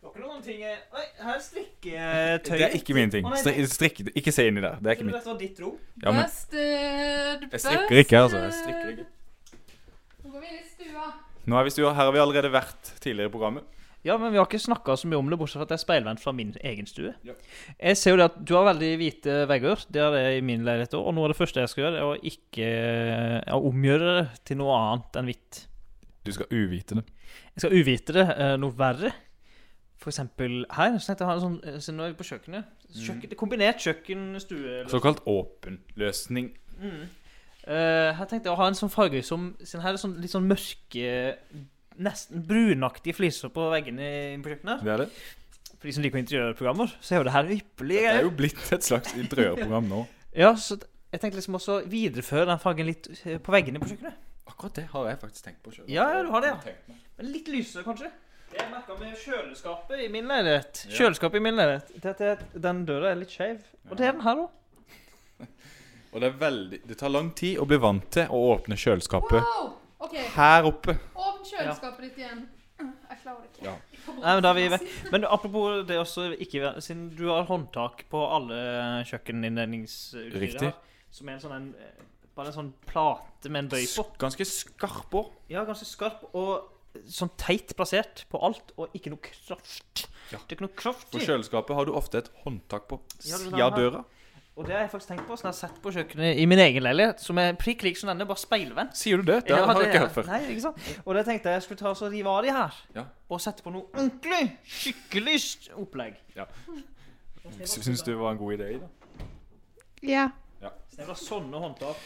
var ikke noen ting jeg- Oi, her er strikketøy.
Det er ikke min ting.
Å, nei,
Stri- Strikk, ikke se inn i det. Det er ikke
Trodde
min.
dette var ditt rom.
Ja, men
Busted,
jeg strikker ikke, altså. Jeg
busted.
strikker ikke.
Nå går vi inn i stua.
Nå er vi i stua. Her har vi allerede vært tidligere i programmet.
Ja, men vi har ikke snakka så mye om det, bortsett fra at det er speilvendt fra min egen stue.
Ja.
Jeg ser jo det at du har veldig hvite vegger. Det er det i min leilighet òg. Og nå er det første jeg skal gjøre, er å ikke ja, omgjøre det til noe annet enn hvitt.
Du skal uvite det.
Jeg skal uvite det eh, noe verre. For eksempel her. Så tenkte jeg å ha en sånn, eh, Siden nå er vi på kjøkkenet.
Mm.
Kjøkken, det er Kombinert kjøkken-stue.
Såkalt åpen løsning.
Mm. Eh, her tenkte jeg å ha en sånn farge som Siden her er det sånn, litt sånn mørke Nesten brunaktige fliser på veggene i- på kjøkkenet.
Det er det.
For de som liker interiørprogrammer, så er jo det her ypperlig.
Det er jo blitt et slags interiørprogram nå.
Ja, så t- jeg tenkte liksom også å videreføre den fargen litt eh, på veggene på kjøkkenet.
Akkurat det har jeg faktisk tenkt på sjøl.
Ja, ja, du har det, ja. Men litt lysere, kanskje. Det jeg merka med kjøleskapet i min leilighet,
Ja.
Kjøleskapet i min leilighet Det er at den døra er litt skeiv. Og det er den her òg.
Og det er veldig Det tar lang tid å bli vant til å åpne kjøleskapet
Wow! OK,
her oppe.
åpne kjøleskapet ditt igjen. Jeg
klarer det ikke.
Ja.
Jeg får bare
Nei, men da er vi
masse.
vekk. Men apropos det også ikke være- Siden du har håndtak på alle kjøkkeninnredningsutstyr
Riktig.
her, som er en sånn en, eh, bare en sånn plate med en bøy på.
Ganske skarp år.
Ja, ganske skarp og sånn teit plassert på alt, og ikke noe kraft.
Ja.
Det er ikke noe kraft
På
i.
kjøleskapet har du ofte et håndtak på
Ja, det er
siden
den
av
her.
døra.
Og det har jeg faktisk tenkt på, som jeg har sett på kjøkkenet i min egen leilighet, som er prikk lik som denne, bare speilvendt.
Sier du det? Det har jeg ikke hørt før.
Nei, ikke sant? Og det tenkte jeg jeg skulle ta så rive av de her.
Ja.
Og sette på noe ordentlig, skikkelig s- opplegg.
Syns du det var en god idé? da?
Ja.
Så Det var sånne håndtak.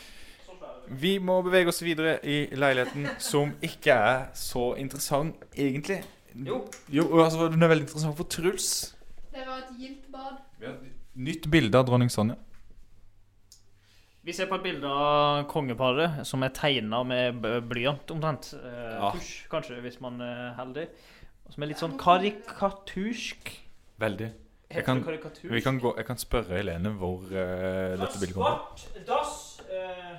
Vi må bevege oss videre i leiligheten, som ikke er så interessant, egentlig.
Jo.
Jo, altså, Den er veldig interessant for Truls.
Dere har et gildt bad.
Vi har et nytt bilde av dronning Sonja.
Vi ser på et bilde av kongeparet som er tegna med b- blyant, omtrent. Eh,
Ja.
Tusj, kanskje, hvis man er heldig. Og Som er litt sånn karikatursk.
Veldig. Jeg
Heter
kan-
det karikatursk?
Vi kan gå, jeg kan spørre Helene hvor eh, dette bildet kommer fra.
Svart dass eh,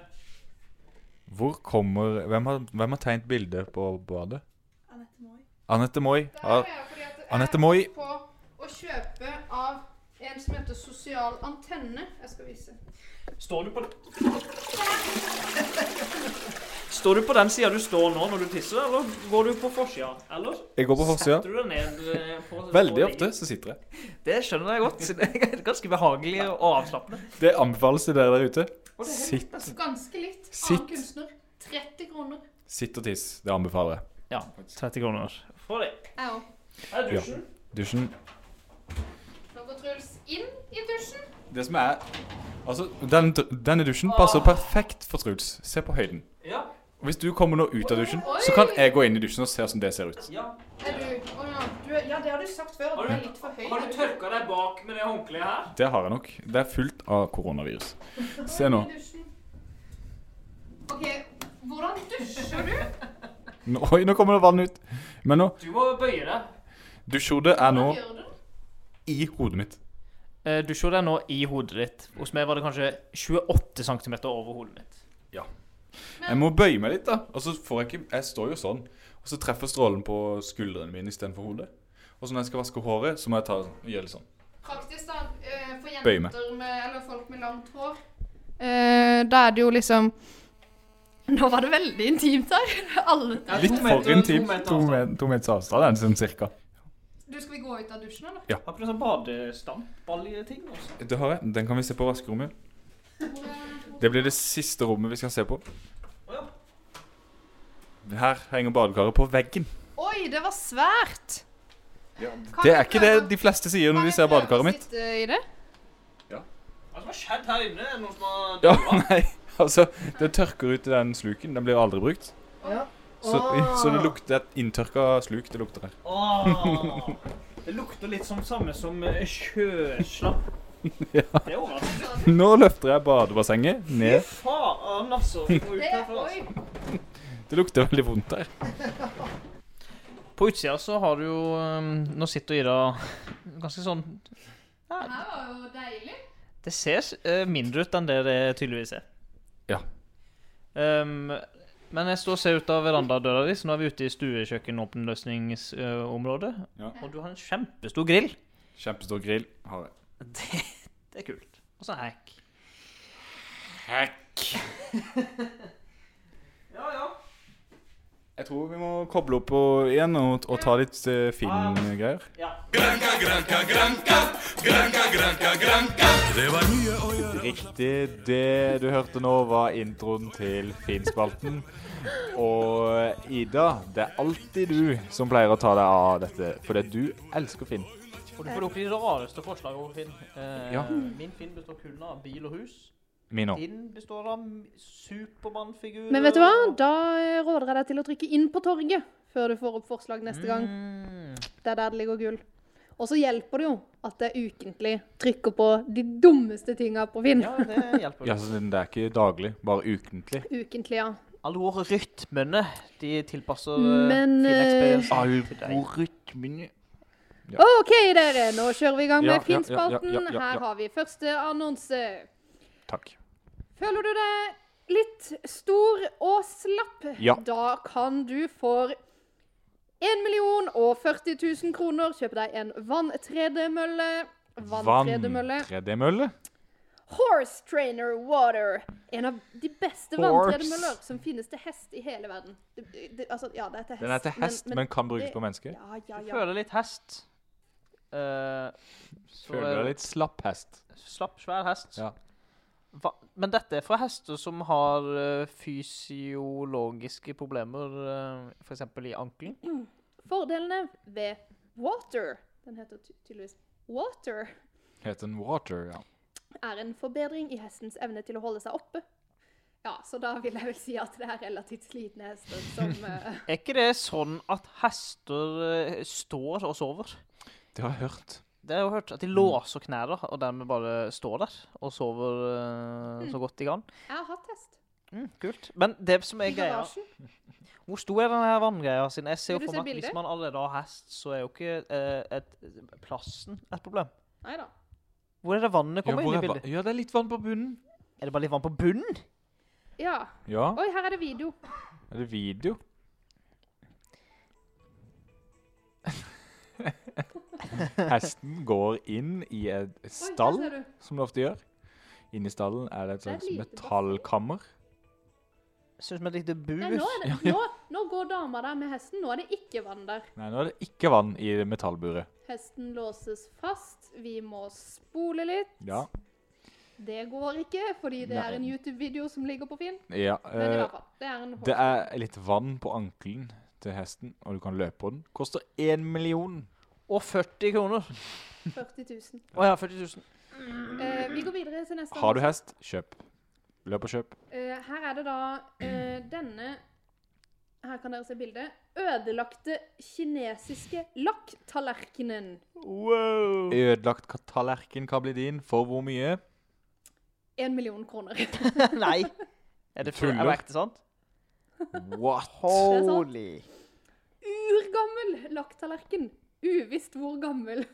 Hvor kommer Hvem har, hvem har tegnet bildet på badet?
Anette Moi.
Anette Moi.
Det
Ja,
er fordi at jeg
Anette Moi.
holdt på å kjøpe av en som heter Sosial antenne. Jeg skal vise.
Står du på Står du på den sida du står nå når du tisser, eller går du på forsida? Eller
jeg går på
setter
forsida.
du deg ned eh, på
Veldig
på
ofte så sitter jeg.
leggen? Det skjønner jeg godt. Det er ganske behagelig og avslappende.
Det anbefales til dere der ute.
Og det er helt-
Sitt,
Altså, Ganske litt.
Sitt.
Annen kunstner. 30 kroner.
sitt og tiss. Det anbefaler jeg.
Ja, 30 kroner. Få det.
Jeg òg.
Her er dusjen.
Dusjen.
Nå går Truls inn i dusjen.
Det som er Altså, den, denne dusjen passer perfekt for Truls. Se på høyden.
Ja.
Hvis du kommer nå ut av dusjen, så kan jeg gå inn i dusjen og se hvordan det ser ut.
ja.
Er du, å ja, du er- ja, det har du sagt før. at Du er litt for høy.
Har du tørka deg bak med det håndkleet her?
Det har jeg nok. Det er fullt av koronavirus. Se nå.
I dusjen. OK, hvordan dusjer du?
nå oi, nå kommer det vann ut. Men nå
Du må bøye deg.
Dusjhodet er nå
Hva gjør du?
i hodet mitt.
Uh, Dusjhodet er nå i hodet ditt. Hos meg var det kanskje 28 cm over hodet mitt.
Jeg må bøye meg litt, da. Og så får jeg ikke Jeg står jo sånn. Og så treffer strålen på skuldrene mine istedenfor hodet. Og så når jeg skal vaske håret, så må jeg ta gjøre litt sånn.
Praktisk, da. eh, For
Bøy meg.
jenter med, eller folk med langt hår. Eh, da er det jo liksom Nå var det veldig intimt her. Alle
Litt for intimt. To me- to meters avstand er det sånn cirka.
Du, skal vi gå ut av dusjen, eller?
Har ikke du sånn badestampballting også?
Det har jeg. Den kan vi se på vaskerommet. Det blir det siste rommet vi skal se på. Her henger badekaret på veggen.
Oi, det var svært! Kan
Det
jeg
er ikke det
prøve-
de fleste sier
kan
når de
jeg
ser
prøve å
badekaret mitt.
sitte i det?
Hva er det som har skjedd her inne? Er det Noen som har
Ja, nei, altså, Det tørker ut i den sluken. Den blir jo aldri brukt. Så, så det lukter et inntørka sluk det lukter her.
Åh, Det lukter litt som samme som eh, sjøslapp. Det er overraskende.
Nå løfter jeg badebassenget ned.
Faen, altså. vi må ut
det
herfra, altså.
oi,
Det lukter veldig vondt her.
På utsida så har du jo ehm, Nå sitter Ida ganske sånn
det her var jo deilig.
Det ser eh, mindre ut enn det det tydeligvis er.
Ja.
Ehm, men jeg står og ser ut av verandadøra di, så nå er vi ute i stuekjøkkenåpenløsningsområdet.
Ja.
Og du har en kjempestor grill.
Kjempestor grill har jeg.
Det, det er kult. Og så en hekk.
Hekk.
Ja, ja.
Jeg tror vi må koble opp og, igjen og, og ta litt eh, Finn-greier.
Ja.
Riktig. Det du hørte nå, var introen til Finnspalten. Og Ida, det er alltid du som pleier å ta deg av dette, fordi du elsker Finn.
Og du får opp de rareste forslagene over Finn. Eh,
Ja.
Min Finn består kun av bil og hus.
Min òg.
Din består av Supermann-figurer.
Men vet du hva? Da eh, råder jeg deg til å trykke inn på torget før du får opp forslag neste gang.
Mm.
Det er der det ligger gull. Og så hjelper det jo at jeg ukentlig trykker på de dummeste tinga på Finn.
Ja, det hjelper.
Ja, så den- det er ikke daglig, bare ukentlig.
Ukentlig, ja.
Algoritmene de tilpasser
Men,
Finn
eh,
Experience til deg.
Algoritmene
OK, dere. Nå kjører vi i gang
Ja, ja,
med
ja, ja,
Finnspalten.
ja, ja, ja.
Her har vi første annonse.
Takk.
Føler du deg litt stor og slapp?
Ja.
Da kan du for 1 million og 40 000 kroner kjøper deg en vanntredemølle. Vanntredemølle.
Vanntredemølle?
Horse Trainer Water. En av de beste
Horse.
vanntredemøller som finnes til hest i hele verden. Det, det, altså, ja, det er til hest.
Den er til hest, men, kan brukes
det-
på mennesker.
Ja, ja, ja.
Føler litt hest. Eh, så
Føler deg
er det
litt slapp hest.
slapp, svær hest.
Ja.
Hva? Men dette er fra hester som har eh, fysiologiske problemer, eh, for f.eks. i ankelen.
Fordelene ved water Den heter ty tydeligvis water.
Heter den Water, ja.
Er en forbedring i hestens evne til å holde seg oppe. Ja, så da vil jeg vel si at det er relativt slitne hester som eh,
Er ikke det sånn at hester eh, står og sover?
Det har jeg hørt.
Det har jeg jo hørt.
Mm.
At de låser knærne og dermed bare står der og sover
Mm.
eh, så godt de kan.
Jeg har hatt hest.
Mm, kult. Men det som er
I
greia
garasjen.
Hvor stor er denne her vanngreia sin? Jeg ser jo
Vil du se
for meg at hvis
bildet?
man allerede har hest, så er jo ikke eh, et, plassen et problem.
Nei da.
Hvor er det vannet
Ja,
kommer
hvor
inn i
er va-
bildet?
ja, det er litt vann på bunnen.
Er det bare litt vann på bunnen?
Ja.
Ja,
Oi, her er det video.
er det video? Hesten går inn i et
Oi, her
stall,
ser du.
som det ofte gjør. Inni stallen er det et
Det er et
slags
lite
metallkammer.
Synes som et lite bur.
Nei, nå, er det, nå, nå går dama der med hesten. Nå er det ikke vann der.
Nei, nå er det ikke vann i metallburet.
Hesten låses fast. Vi må spole litt.
Ja.
Det går ikke, fordi det
Nei.
er en YouTube-video som ligger på Finn.
ja
Men i
eh,
hvert fall, det er en
det er litt vann på ankelen til hesten, og du kan løpe på den. Koster én million.
Og 40 kroner.
40 000.
Å ja, 40 000.
Eh, vi går videre til neste.
Har du hest, kjøp. Løp og kjøp.
Eh, her er det da eh, denne Her kan dere se bildet. Ødelagte kinesiske lakktallerkenen.
Wow.
Ødelagt ka- tallerken kan bli din. For hvor mye?
Én million kroner.
Nei. Er det full? Er
Tuller.
det ekte sant?
What?
sant.
Holy.
Urgammel lakktallerken. Uvisst hvor gammel.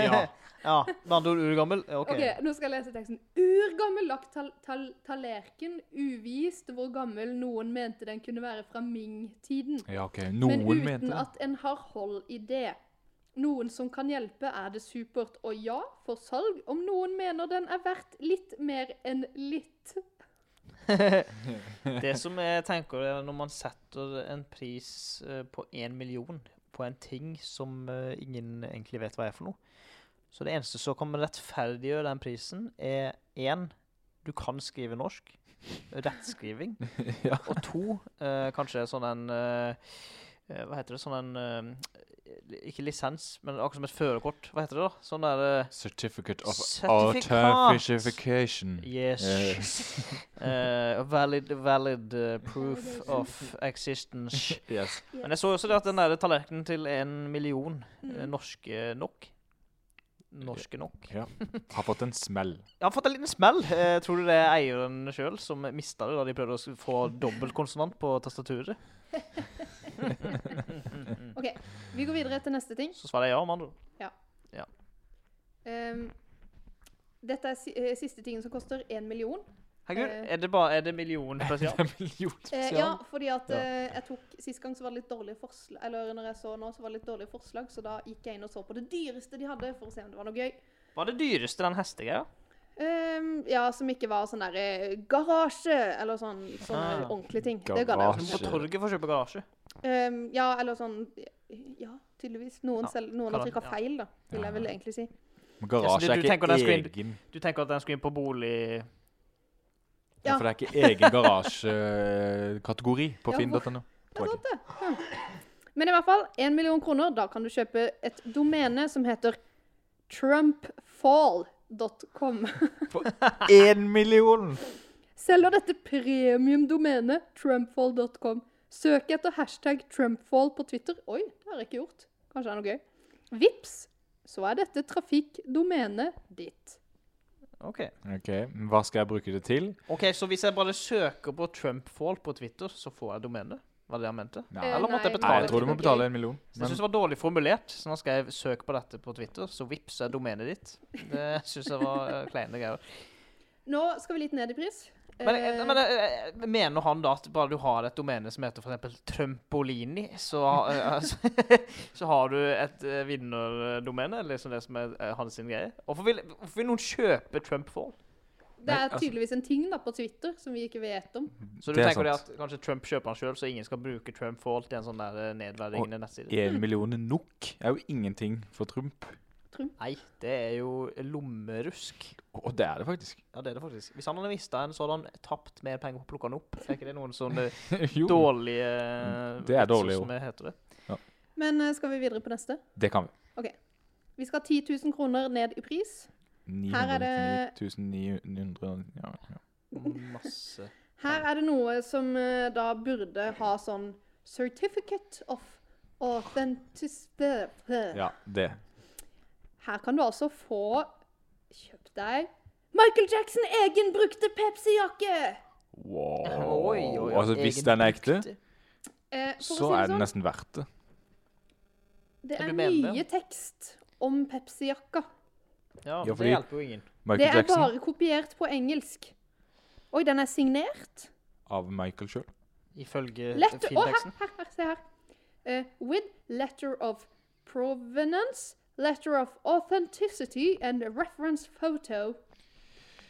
Ja.
Ja, med andre ord urgammel. Ja, OK.
Ok, nå skal jeg lese teksten. Urgammel lagt tal tal tallerken, uvist hvor gammel noen mente den kunne være fra Ming-tiden.
Ja, ok.
Men
Noen mente
uten
det.
at en har hold i det. Noen som kan hjelpe, er det supert. Og ja, for salg, om noen mener den er verdt litt mer enn litt.
Det som jeg tenker er når man setter en pris eh, på én million på en ting som eh, ingen egentlig vet hva er for noe Så det eneste som kan rettferdiggjøre den prisen, er én du kan skrive norsk. Rettskriving.
Ja.
Og to, eh, kanskje sånn en eh, eh, Hva heter det? Sånn en eh, Ikke lisens, men akkurat som et førerkort. Hva heter det, da? Sånn der eh,
Certificate of
Sertifikat.
Artificification.
Yes. Eh, valid valid eh, proof of existence.
Yes.
Men jeg så også det at den der tallerkenen til en million
Mm.
eh, norske nok. Norske nok.
Ja. Har fått en smell.
Jeg har fått en liten smell. Eh, tror du det er eieren sjøl som mista det da de prøvde å s- få dobbeltkonsonant på tastaturet?
Ok, vi går videre til neste ting.
Så svarer jeg ja, med andre ord.
Ehm, dette er si eh, siste tingen som koster én million.
Herregud,
Eh.
er det bare er det million spesial?
En million
Eh,
spesial.
ja, fordi at
Ja.
eh, jeg tok Sist gang så var det litt dårlige forslag Eller når jeg så nå, så var det litt dårlige forslag, så da gikk jeg inn og så på det dyreste de hadde, for å se om det var noe gøy.
Var det dyreste den hestegreia?
Ehm, ja, som ikke var sånn derre garasje, eller sånn sånne
Ah.
ordentlige ting. Det ga det.
Du må på
Shit.
torget for å kjøpe garasje.
Ehm, ja, eller sånn Ja, tydeligvis. Noen,
Ja,
selv, noen
kan
har
det-
trykka
ja.
feil, da, vil jeg vel egentlig si.
Men
Ja, så du-
Garasje
du tenker den
er
skulle
ikke
inn-
egen.
Du tenker at den skulle inn på bolig...
Ja,
Ja.
for det er ikke egen garasjekategori på
Ja,
finn.no.
Det er sant, det. Ja. Men i hvert fall én million kroner. Da kan du kjøpe et domene som heter trumpfall.com.
Én million!
Selger dette premiumdomenet trumpfall.com. Søk etter hashtag trumpfall på Twitter. Oi, det har jeg ikke gjort. Kanskje det er noe gøy. Vips, så er dette trafikkdomenet ditt.
Ok.
Ok, men Hva skal jeg bruke det til?
Ok, så hvis jeg bare søker på Trumpfall på Twitter, så får jeg domenet? Var det det han mente?
Nei,
Eller måtte
Nei,
Eh, nei,
jeg betale?
jeg tror du må
det er
betale
gøy.
en million.
jeg
Men
syns det var dårlig formulert, så nå skrev jeg 'søk på dette på Twitter', så vips er domenet ditt. Det syns jeg var eh, kleine greier.
Nå skal vi litt ned i pris.
Men,
Eh,
men eh, mener han da at bare du har et domene som heter f.eks. Trumpolini, så, eh, altså, så har du et eh, vinnerdomene? Liksom det som er eh, hans sin greie? Hvorfor vil, hvorfor vil noen kjøpe Trumpfall?
det
Nei,
er
altså-
tydeligvis en ting da på Twitter som vi ikke vet om.
Så du
Det er
tenker det
sant.
at kanskje Trump kjøper han sjøl, så ingen skal bruke Trumpfall til en sånn der eh, nedverdigende nettside?
Én million er nok er jo ingenting for Trump.
Nei, det er jo lommerusk.
Og det er det faktisk.
Ja, det er det faktisk. Hvis han hadde mista en, så hadde han tapt mer penger på å plukke han opp. Er ikke det noen sånne
jo,
dårlige
Det er dårlig, jo.
Som heter det.
Men eh, skal vi videre på neste?
det kan vi.
Vi skal 10 000 kroner ned i pris. Her er det-
999.900 ja, ja.
Masse
Her er det noe som eh, da burde ha sånn Certificate of Authenticity.
ja, det.
Her kan du altså få kjøpt deg Michael Jackson egen brukte Pepsi-jakke!
Wow.
Oi, oi, oi.
Altså, hvis den er ekte,
Egenbrukte.
Eh, for å
så er
si det
den
sånn,
nesten verdt det.
det
Ja,
er
du mener det, ja.
mye tekst om Pepsi-jakka.
Ja,
Ja,
det
fordi-
hjelper jo ingen.
Det
Michael
er
Jackson
bare kopiert på engelsk. Oi, den er signert.
av Michael sjøl.
Ifølge
Letter, å, her,
filmteksten.
her, her, se her. Eh, with letter of provenance, letter of authenticity and a reference photo.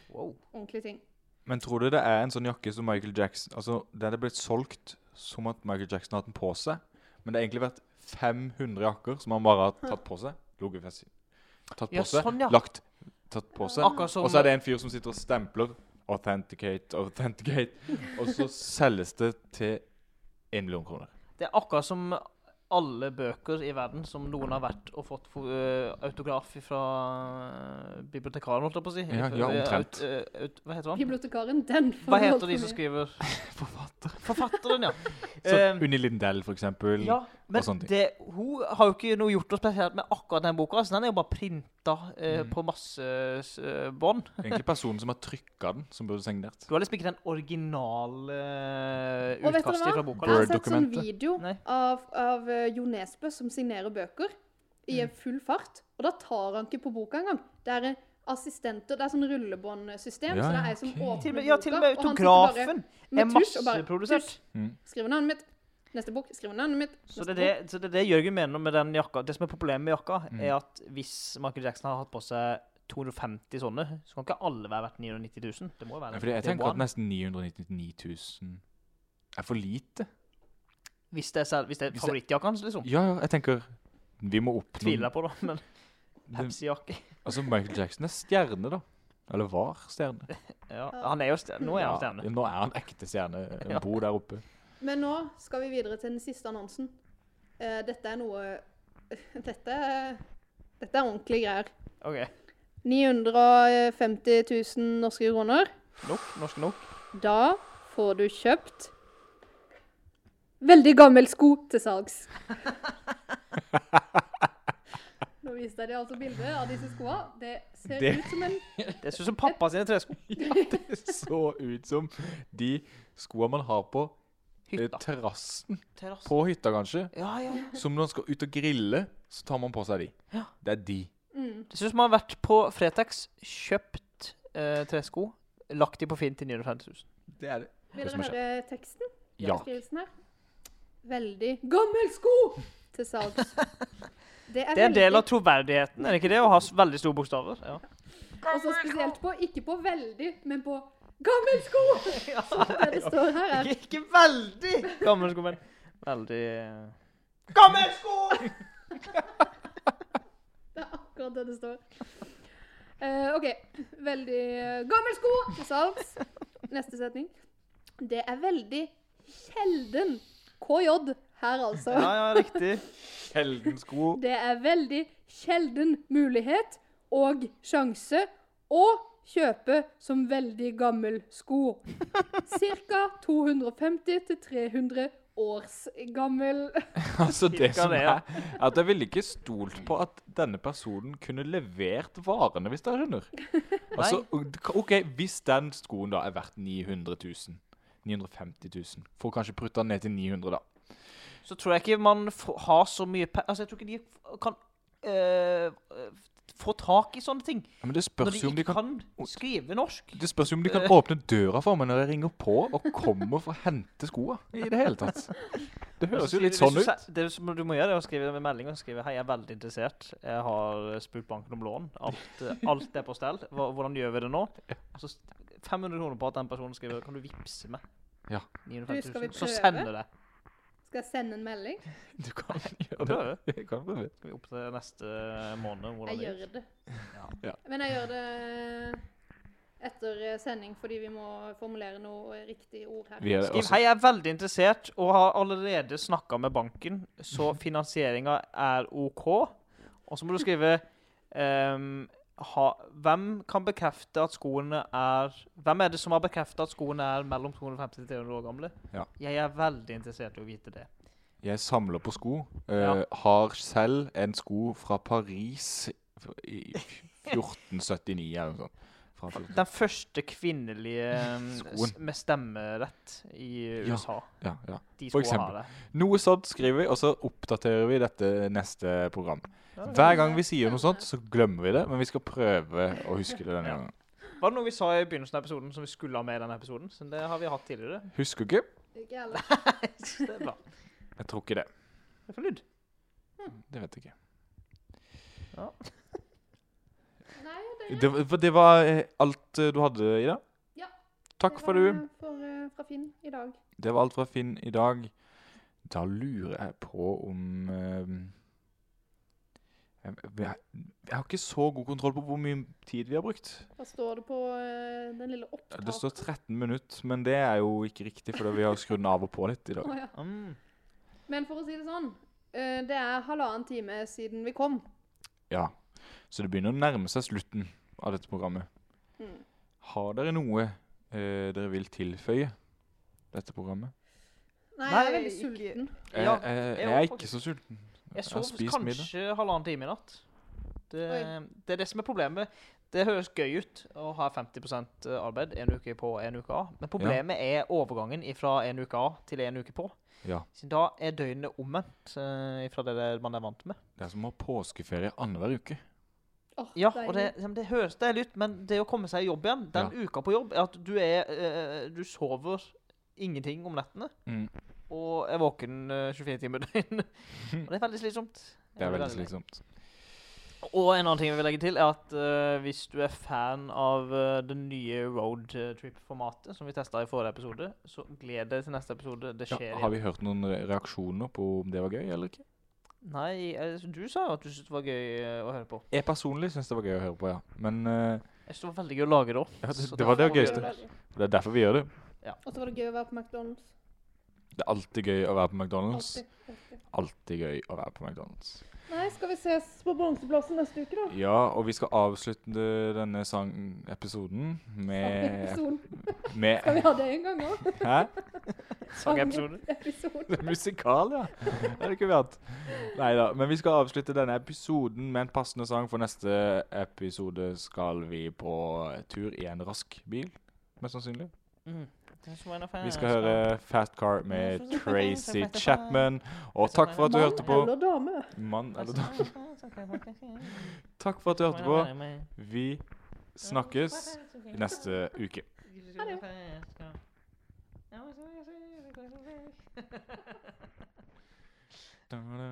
Wow.
Ordentlige ting.
Men tror du det er en sånn jakke som Michael Jackson Altså, den er blitt solgt som at Michael Jackson har hatt den på seg, men det har egentlig vært 500 jakker som han bare har tatt på seg. Ligget fast i. Tatt på
Ja,
seg.
sånn, ja.
Lagt Tatt på seg.
Akkurat som-
Og så er det en fyr som sitter og stempler 'authenticate', 'authenticate', og så selges det til 1 million kroner.
Det er akkurat som alle bøker i verden som noen har vært og fått fo- øh, autograf fra bibliotekaren, holdt jeg på å si.
Ja, ja,
Øh,
omtrent.
øh, aut- hva heter han?
Bibliotekaren, den får
Hva
du holdt
heter de
for mye.
som skriver
Forfatter.
Forfatteren, ja.
Så
Eh,
Unni Lindell, for eksempel.
ja, men
sånne ting.
det, hun har jo ikke noe gjort noe spesielt med akkurat den boka. Så den er jo bare printa øh,
Mm.
på masse øh, bånd.
Egentlig personen som har trykka den, som burde signert.
Du har liksom ikke den originale øh,
Og vet dere
utkastet
hva?
fra boka.
Jeg har sett sånn
Word-dokumentet.
video
Nei.
av, av eh, Jo Nesbø som signerer bøker i
Mm.
en full fart. Og da tar han ikke på boka engang. Det er eh, assistenter, det er sånn rullebåndsystem.
Ja,
så det
ja,
er jeg som
ok.
åpner
Til og med,
boka.
ja, til og med
og han sitter
autografen
bare
er
med tusj og bare,
masseprodusert.
Skriver navnet mitt. Neste bok. Skriver navnet mitt.
Så det,
neste
er det, så det er det Jørgen mener med den jakka. Det som er problemet med jakka,
Mm.
er at hvis Michael Jackson har hatt på seg 250 sånne, så kan ikke alle være verdt 990 000. Det må jo
Nei,
være
Fordi jeg
det
tenker
må
at
han.
nesten 999 000 er for lite.
Hvis det er, selv- hvis det er
Hvis det-
favorittjakka hans, liksom.
Ja, ja, jeg tenker Vi må oppnå
Tviler jeg på, da. Men
det,
Pepsi-jakke
Altså, Michael Jackson er stjerne, da. Eller var stjerne.
ja, han er jo stjerne. Nå er han
Ja,
stjerne.
nå er han ekte stjerne.
Ja.
Bo der oppe.
bok. Men nå skal vi videre til den siste annonsen. Eh, dette er noe Dette, er- dette er ordentlige greier.
OK.
950 000 norske kroner.
Nok. Norsk nok.
Da får du kjøpt veldig gammel sko til salgs. Nå viste jeg deg altså bildet av disse skoene. Det ser
Det-
ut som en
Det ser ut som pappa sine tresko.
Det så ut som de skoa man har på eh,
Hytta.
terrassen
Terrasse.
på hytta, kanskje.
Ja, ja. ja.
Som når man skal ut og grille, så tar man på seg de.
Ja.
Det er de.
Mm.
Det ser ut som han har vært på Fretex, kjøpt eh, tresko, lagt de på Finn til 950 000.
Det er det.
Vil
som
dere
har
høre teksten?
Ja.
Beskrivelsen her? Veldig gammel sko til salgs. Det er,
Det er en del av troverdigheten, er det ikke det? Å ha s- veldig store bokstaver. Ja.
Og så spesielt på Ikke på veldig, men på gammel sko! Så det det står her, er
Ikke, ikke veldig gammel sko, men veldig eh,
Det er akkurat det det står. Eh, OK. Veldig eh, gammel sko til salgs. Neste setning. Det er veldig sjelden KJ her, altså.
Ja, ja, riktig.
Sjelden sko.
Det er veldig sjelden mulighet og sjanse å kjøpe som veldig gammel sko. Cirka 250-300 års gammel.
Altså det
Cirka
som
det,
er,
ja.
er at jeg ville ikke stolt på at denne personen kunne levert varene, hvis dere skjønner. Altså, OK, hvis den skoen da er verdt 900 000, 950 000, får kanskje prutta den ned til 900 da.
Så tror jeg ikke man f- har så mye pe... Altså, jeg tror ikke de f- kan eh, få tak i sånne ting.
Ja, men det
Når
spørs
de
jo om de
ikke
kan
kan skrive norsk.
det spørs jo om de kan åpne døra for meg når jeg ringer på og kommer for å hente skoa. I det hele tatt. Det høres jo litt sånn ut.
Det som Altså, du må gjøre, er å skrive en melding og skrive Hei, jeg er veldig interessert. Jeg har spurt banken om lån. Alt, eh, alt er på stell. Hva, hvordan gjør vi det nå? Og så s- 500 kroner på at den personen skriver Kan du vippse meg?
Ja.
Du, skal vi
950 000. Så
prøve?
sender det.
Skal jeg sende en melding?
Du kan
Og
gjøre
prøve.
det. Du kan prøve.
Skal vi opp til neste måned? Hvordan
Jeg
det
gjør
gikk?
det.
Ja.
Men jeg gjør det etter eh, sending, fordi vi må formulere noe riktig ord her.
Vi er
Skriv
også-
Hei, jeg er veldig interessert og har allerede snakka med banken, så finansieringa er OK. Og så må du skrive ehm, ha, Hvem kan bekrefte at skoene er Hvem er det som har bekrefta at skoene er mellom 250 og 300 år gamle?
Ja.
Jeg er veldig interessert i å vite det.
Jeg samler på sko. eh,
Ja.
Har selv en sko fra Paris f- i 1479 eller noe sånt. Fra 14.
Den første kvinnelige ehm,
Skoen.
s- med stemmerett i
Ja.
USA.
Ja, ja.
De
For
skoene
eksempel.
har det.
Noe sånt skriver vi, og så oppdaterer vi dette neste program. Hver gang vi sier noe sånt, så glemmer vi det, men vi skal prøve å huske det denne
Ja.
gangen.
Var det noe vi sa i begynnelsen av episoden som vi skulle ha med i denne episoden? Så det har vi hatt tidligere.
Husker ikke.
Ikke jeg heller.
Så det er bra.
Jeg tror ikke det.
Det er for lyd.
Det vet jeg ikke.
Nei,
Det, var- for det var eh, alt eh, du hadde, Ida?
Ja.
Takk
det
for
var
du.
For, eh, fra Finn i dag.
Det var alt fra Finn i dag. Da lurer jeg på om eh, jeg, jeg, jeg har ikke så god kontroll på hvor mye tid vi har brukt.
Hva står det på eh, den lille opptaket?
Det står 13 minutter, men det er jo ikke riktig, for vi har skrudd den av og på litt i dag.
Å, ja.
Mm.
Men for å si det sånn, eh, det er halvannen time siden vi kom.
Ja, så det begynner å nærme seg slutten av dette programmet.
Mm.
Har dere noe eh, dere vil tilføye dette programmet?
Nei, jeg er
Nei,
veldig
ikke-
sulten.
Jeg,
Ja,
jeg,
jeg
jeg er
også
ikke så sulten.
Jeg sov
spist
kanskje
middag.
halvannen time i natt. Det,
Oi.
det er det som er problemet. Det høres gøy ut å ha 50 arbeid en uke på en uke av. Men problemet er overgangen fra en uke av til en uke på.
Ja.
Så da er døgnet omvendt eh, fra det der man er vant med.
Det er som å ha påskeferie annenhver uke.
Åh,
Ja, og det,
deilig.
ja, men det høres deilig ut, men det å komme seg i jobb igjen den uka på jobb, er at du er eh, Du sover ingenting om nettene
Mm.
og er våken eh, 24 timer i døgnet. Og det er veldig slitsomt.
Det er veldig
Veldig.
slitsomt.
Og en annen ting vi vil legge til, er at eh, hvis du er fan av eh, det nye road eh, trip-formatet som vi testa i forrige episode, så gled deg til neste episode. Det
Ja,
skjer
har
igjen.
vi hørt noen re- reaksjoner på om det var gøy eller ikke?
Nei, eh, du sa jo at du syntes det var gøy eh, å høre på.
Jeg personlig syns det var gøy å høre på, ja. Men eh,
Jeg syntes det var veldig gøy å lage det òg.
ja, det,
Så
det var det
derfor vi
gøyeste.
gjør
Det er derfor vi gjør det.
Og så var det gøy å være på McDonald's.
Det er alltid gøy å være på McDonald's.
Alltid. alltid.
Alltid gøy å være på McDonald's.
Nei, skal vi ses på Bronseplassen neste uke, da?
Ja, og vi skal avslutte denne sang-episoden med,
Episoden. Skal vi
med
ha det en gang òg?
Hæ?
Sangepisoden.
Episode.
Musikal, ja. Det hadde ikke vi hatt. Nei da. Men vi skal avslutte denne episoden med en passende sang, for neste episode skal vi på tur i en rask bil, mest sannsynlig.
Mm.
Vi
Eh,
skal høre Fat Car med Tracy Chapman. Og takk for at du hørte på.
Mann eller dame?
Mann
Altså.
eller dame. Takk for at du hørte på. Vi snakkes neste uke.
Ha det.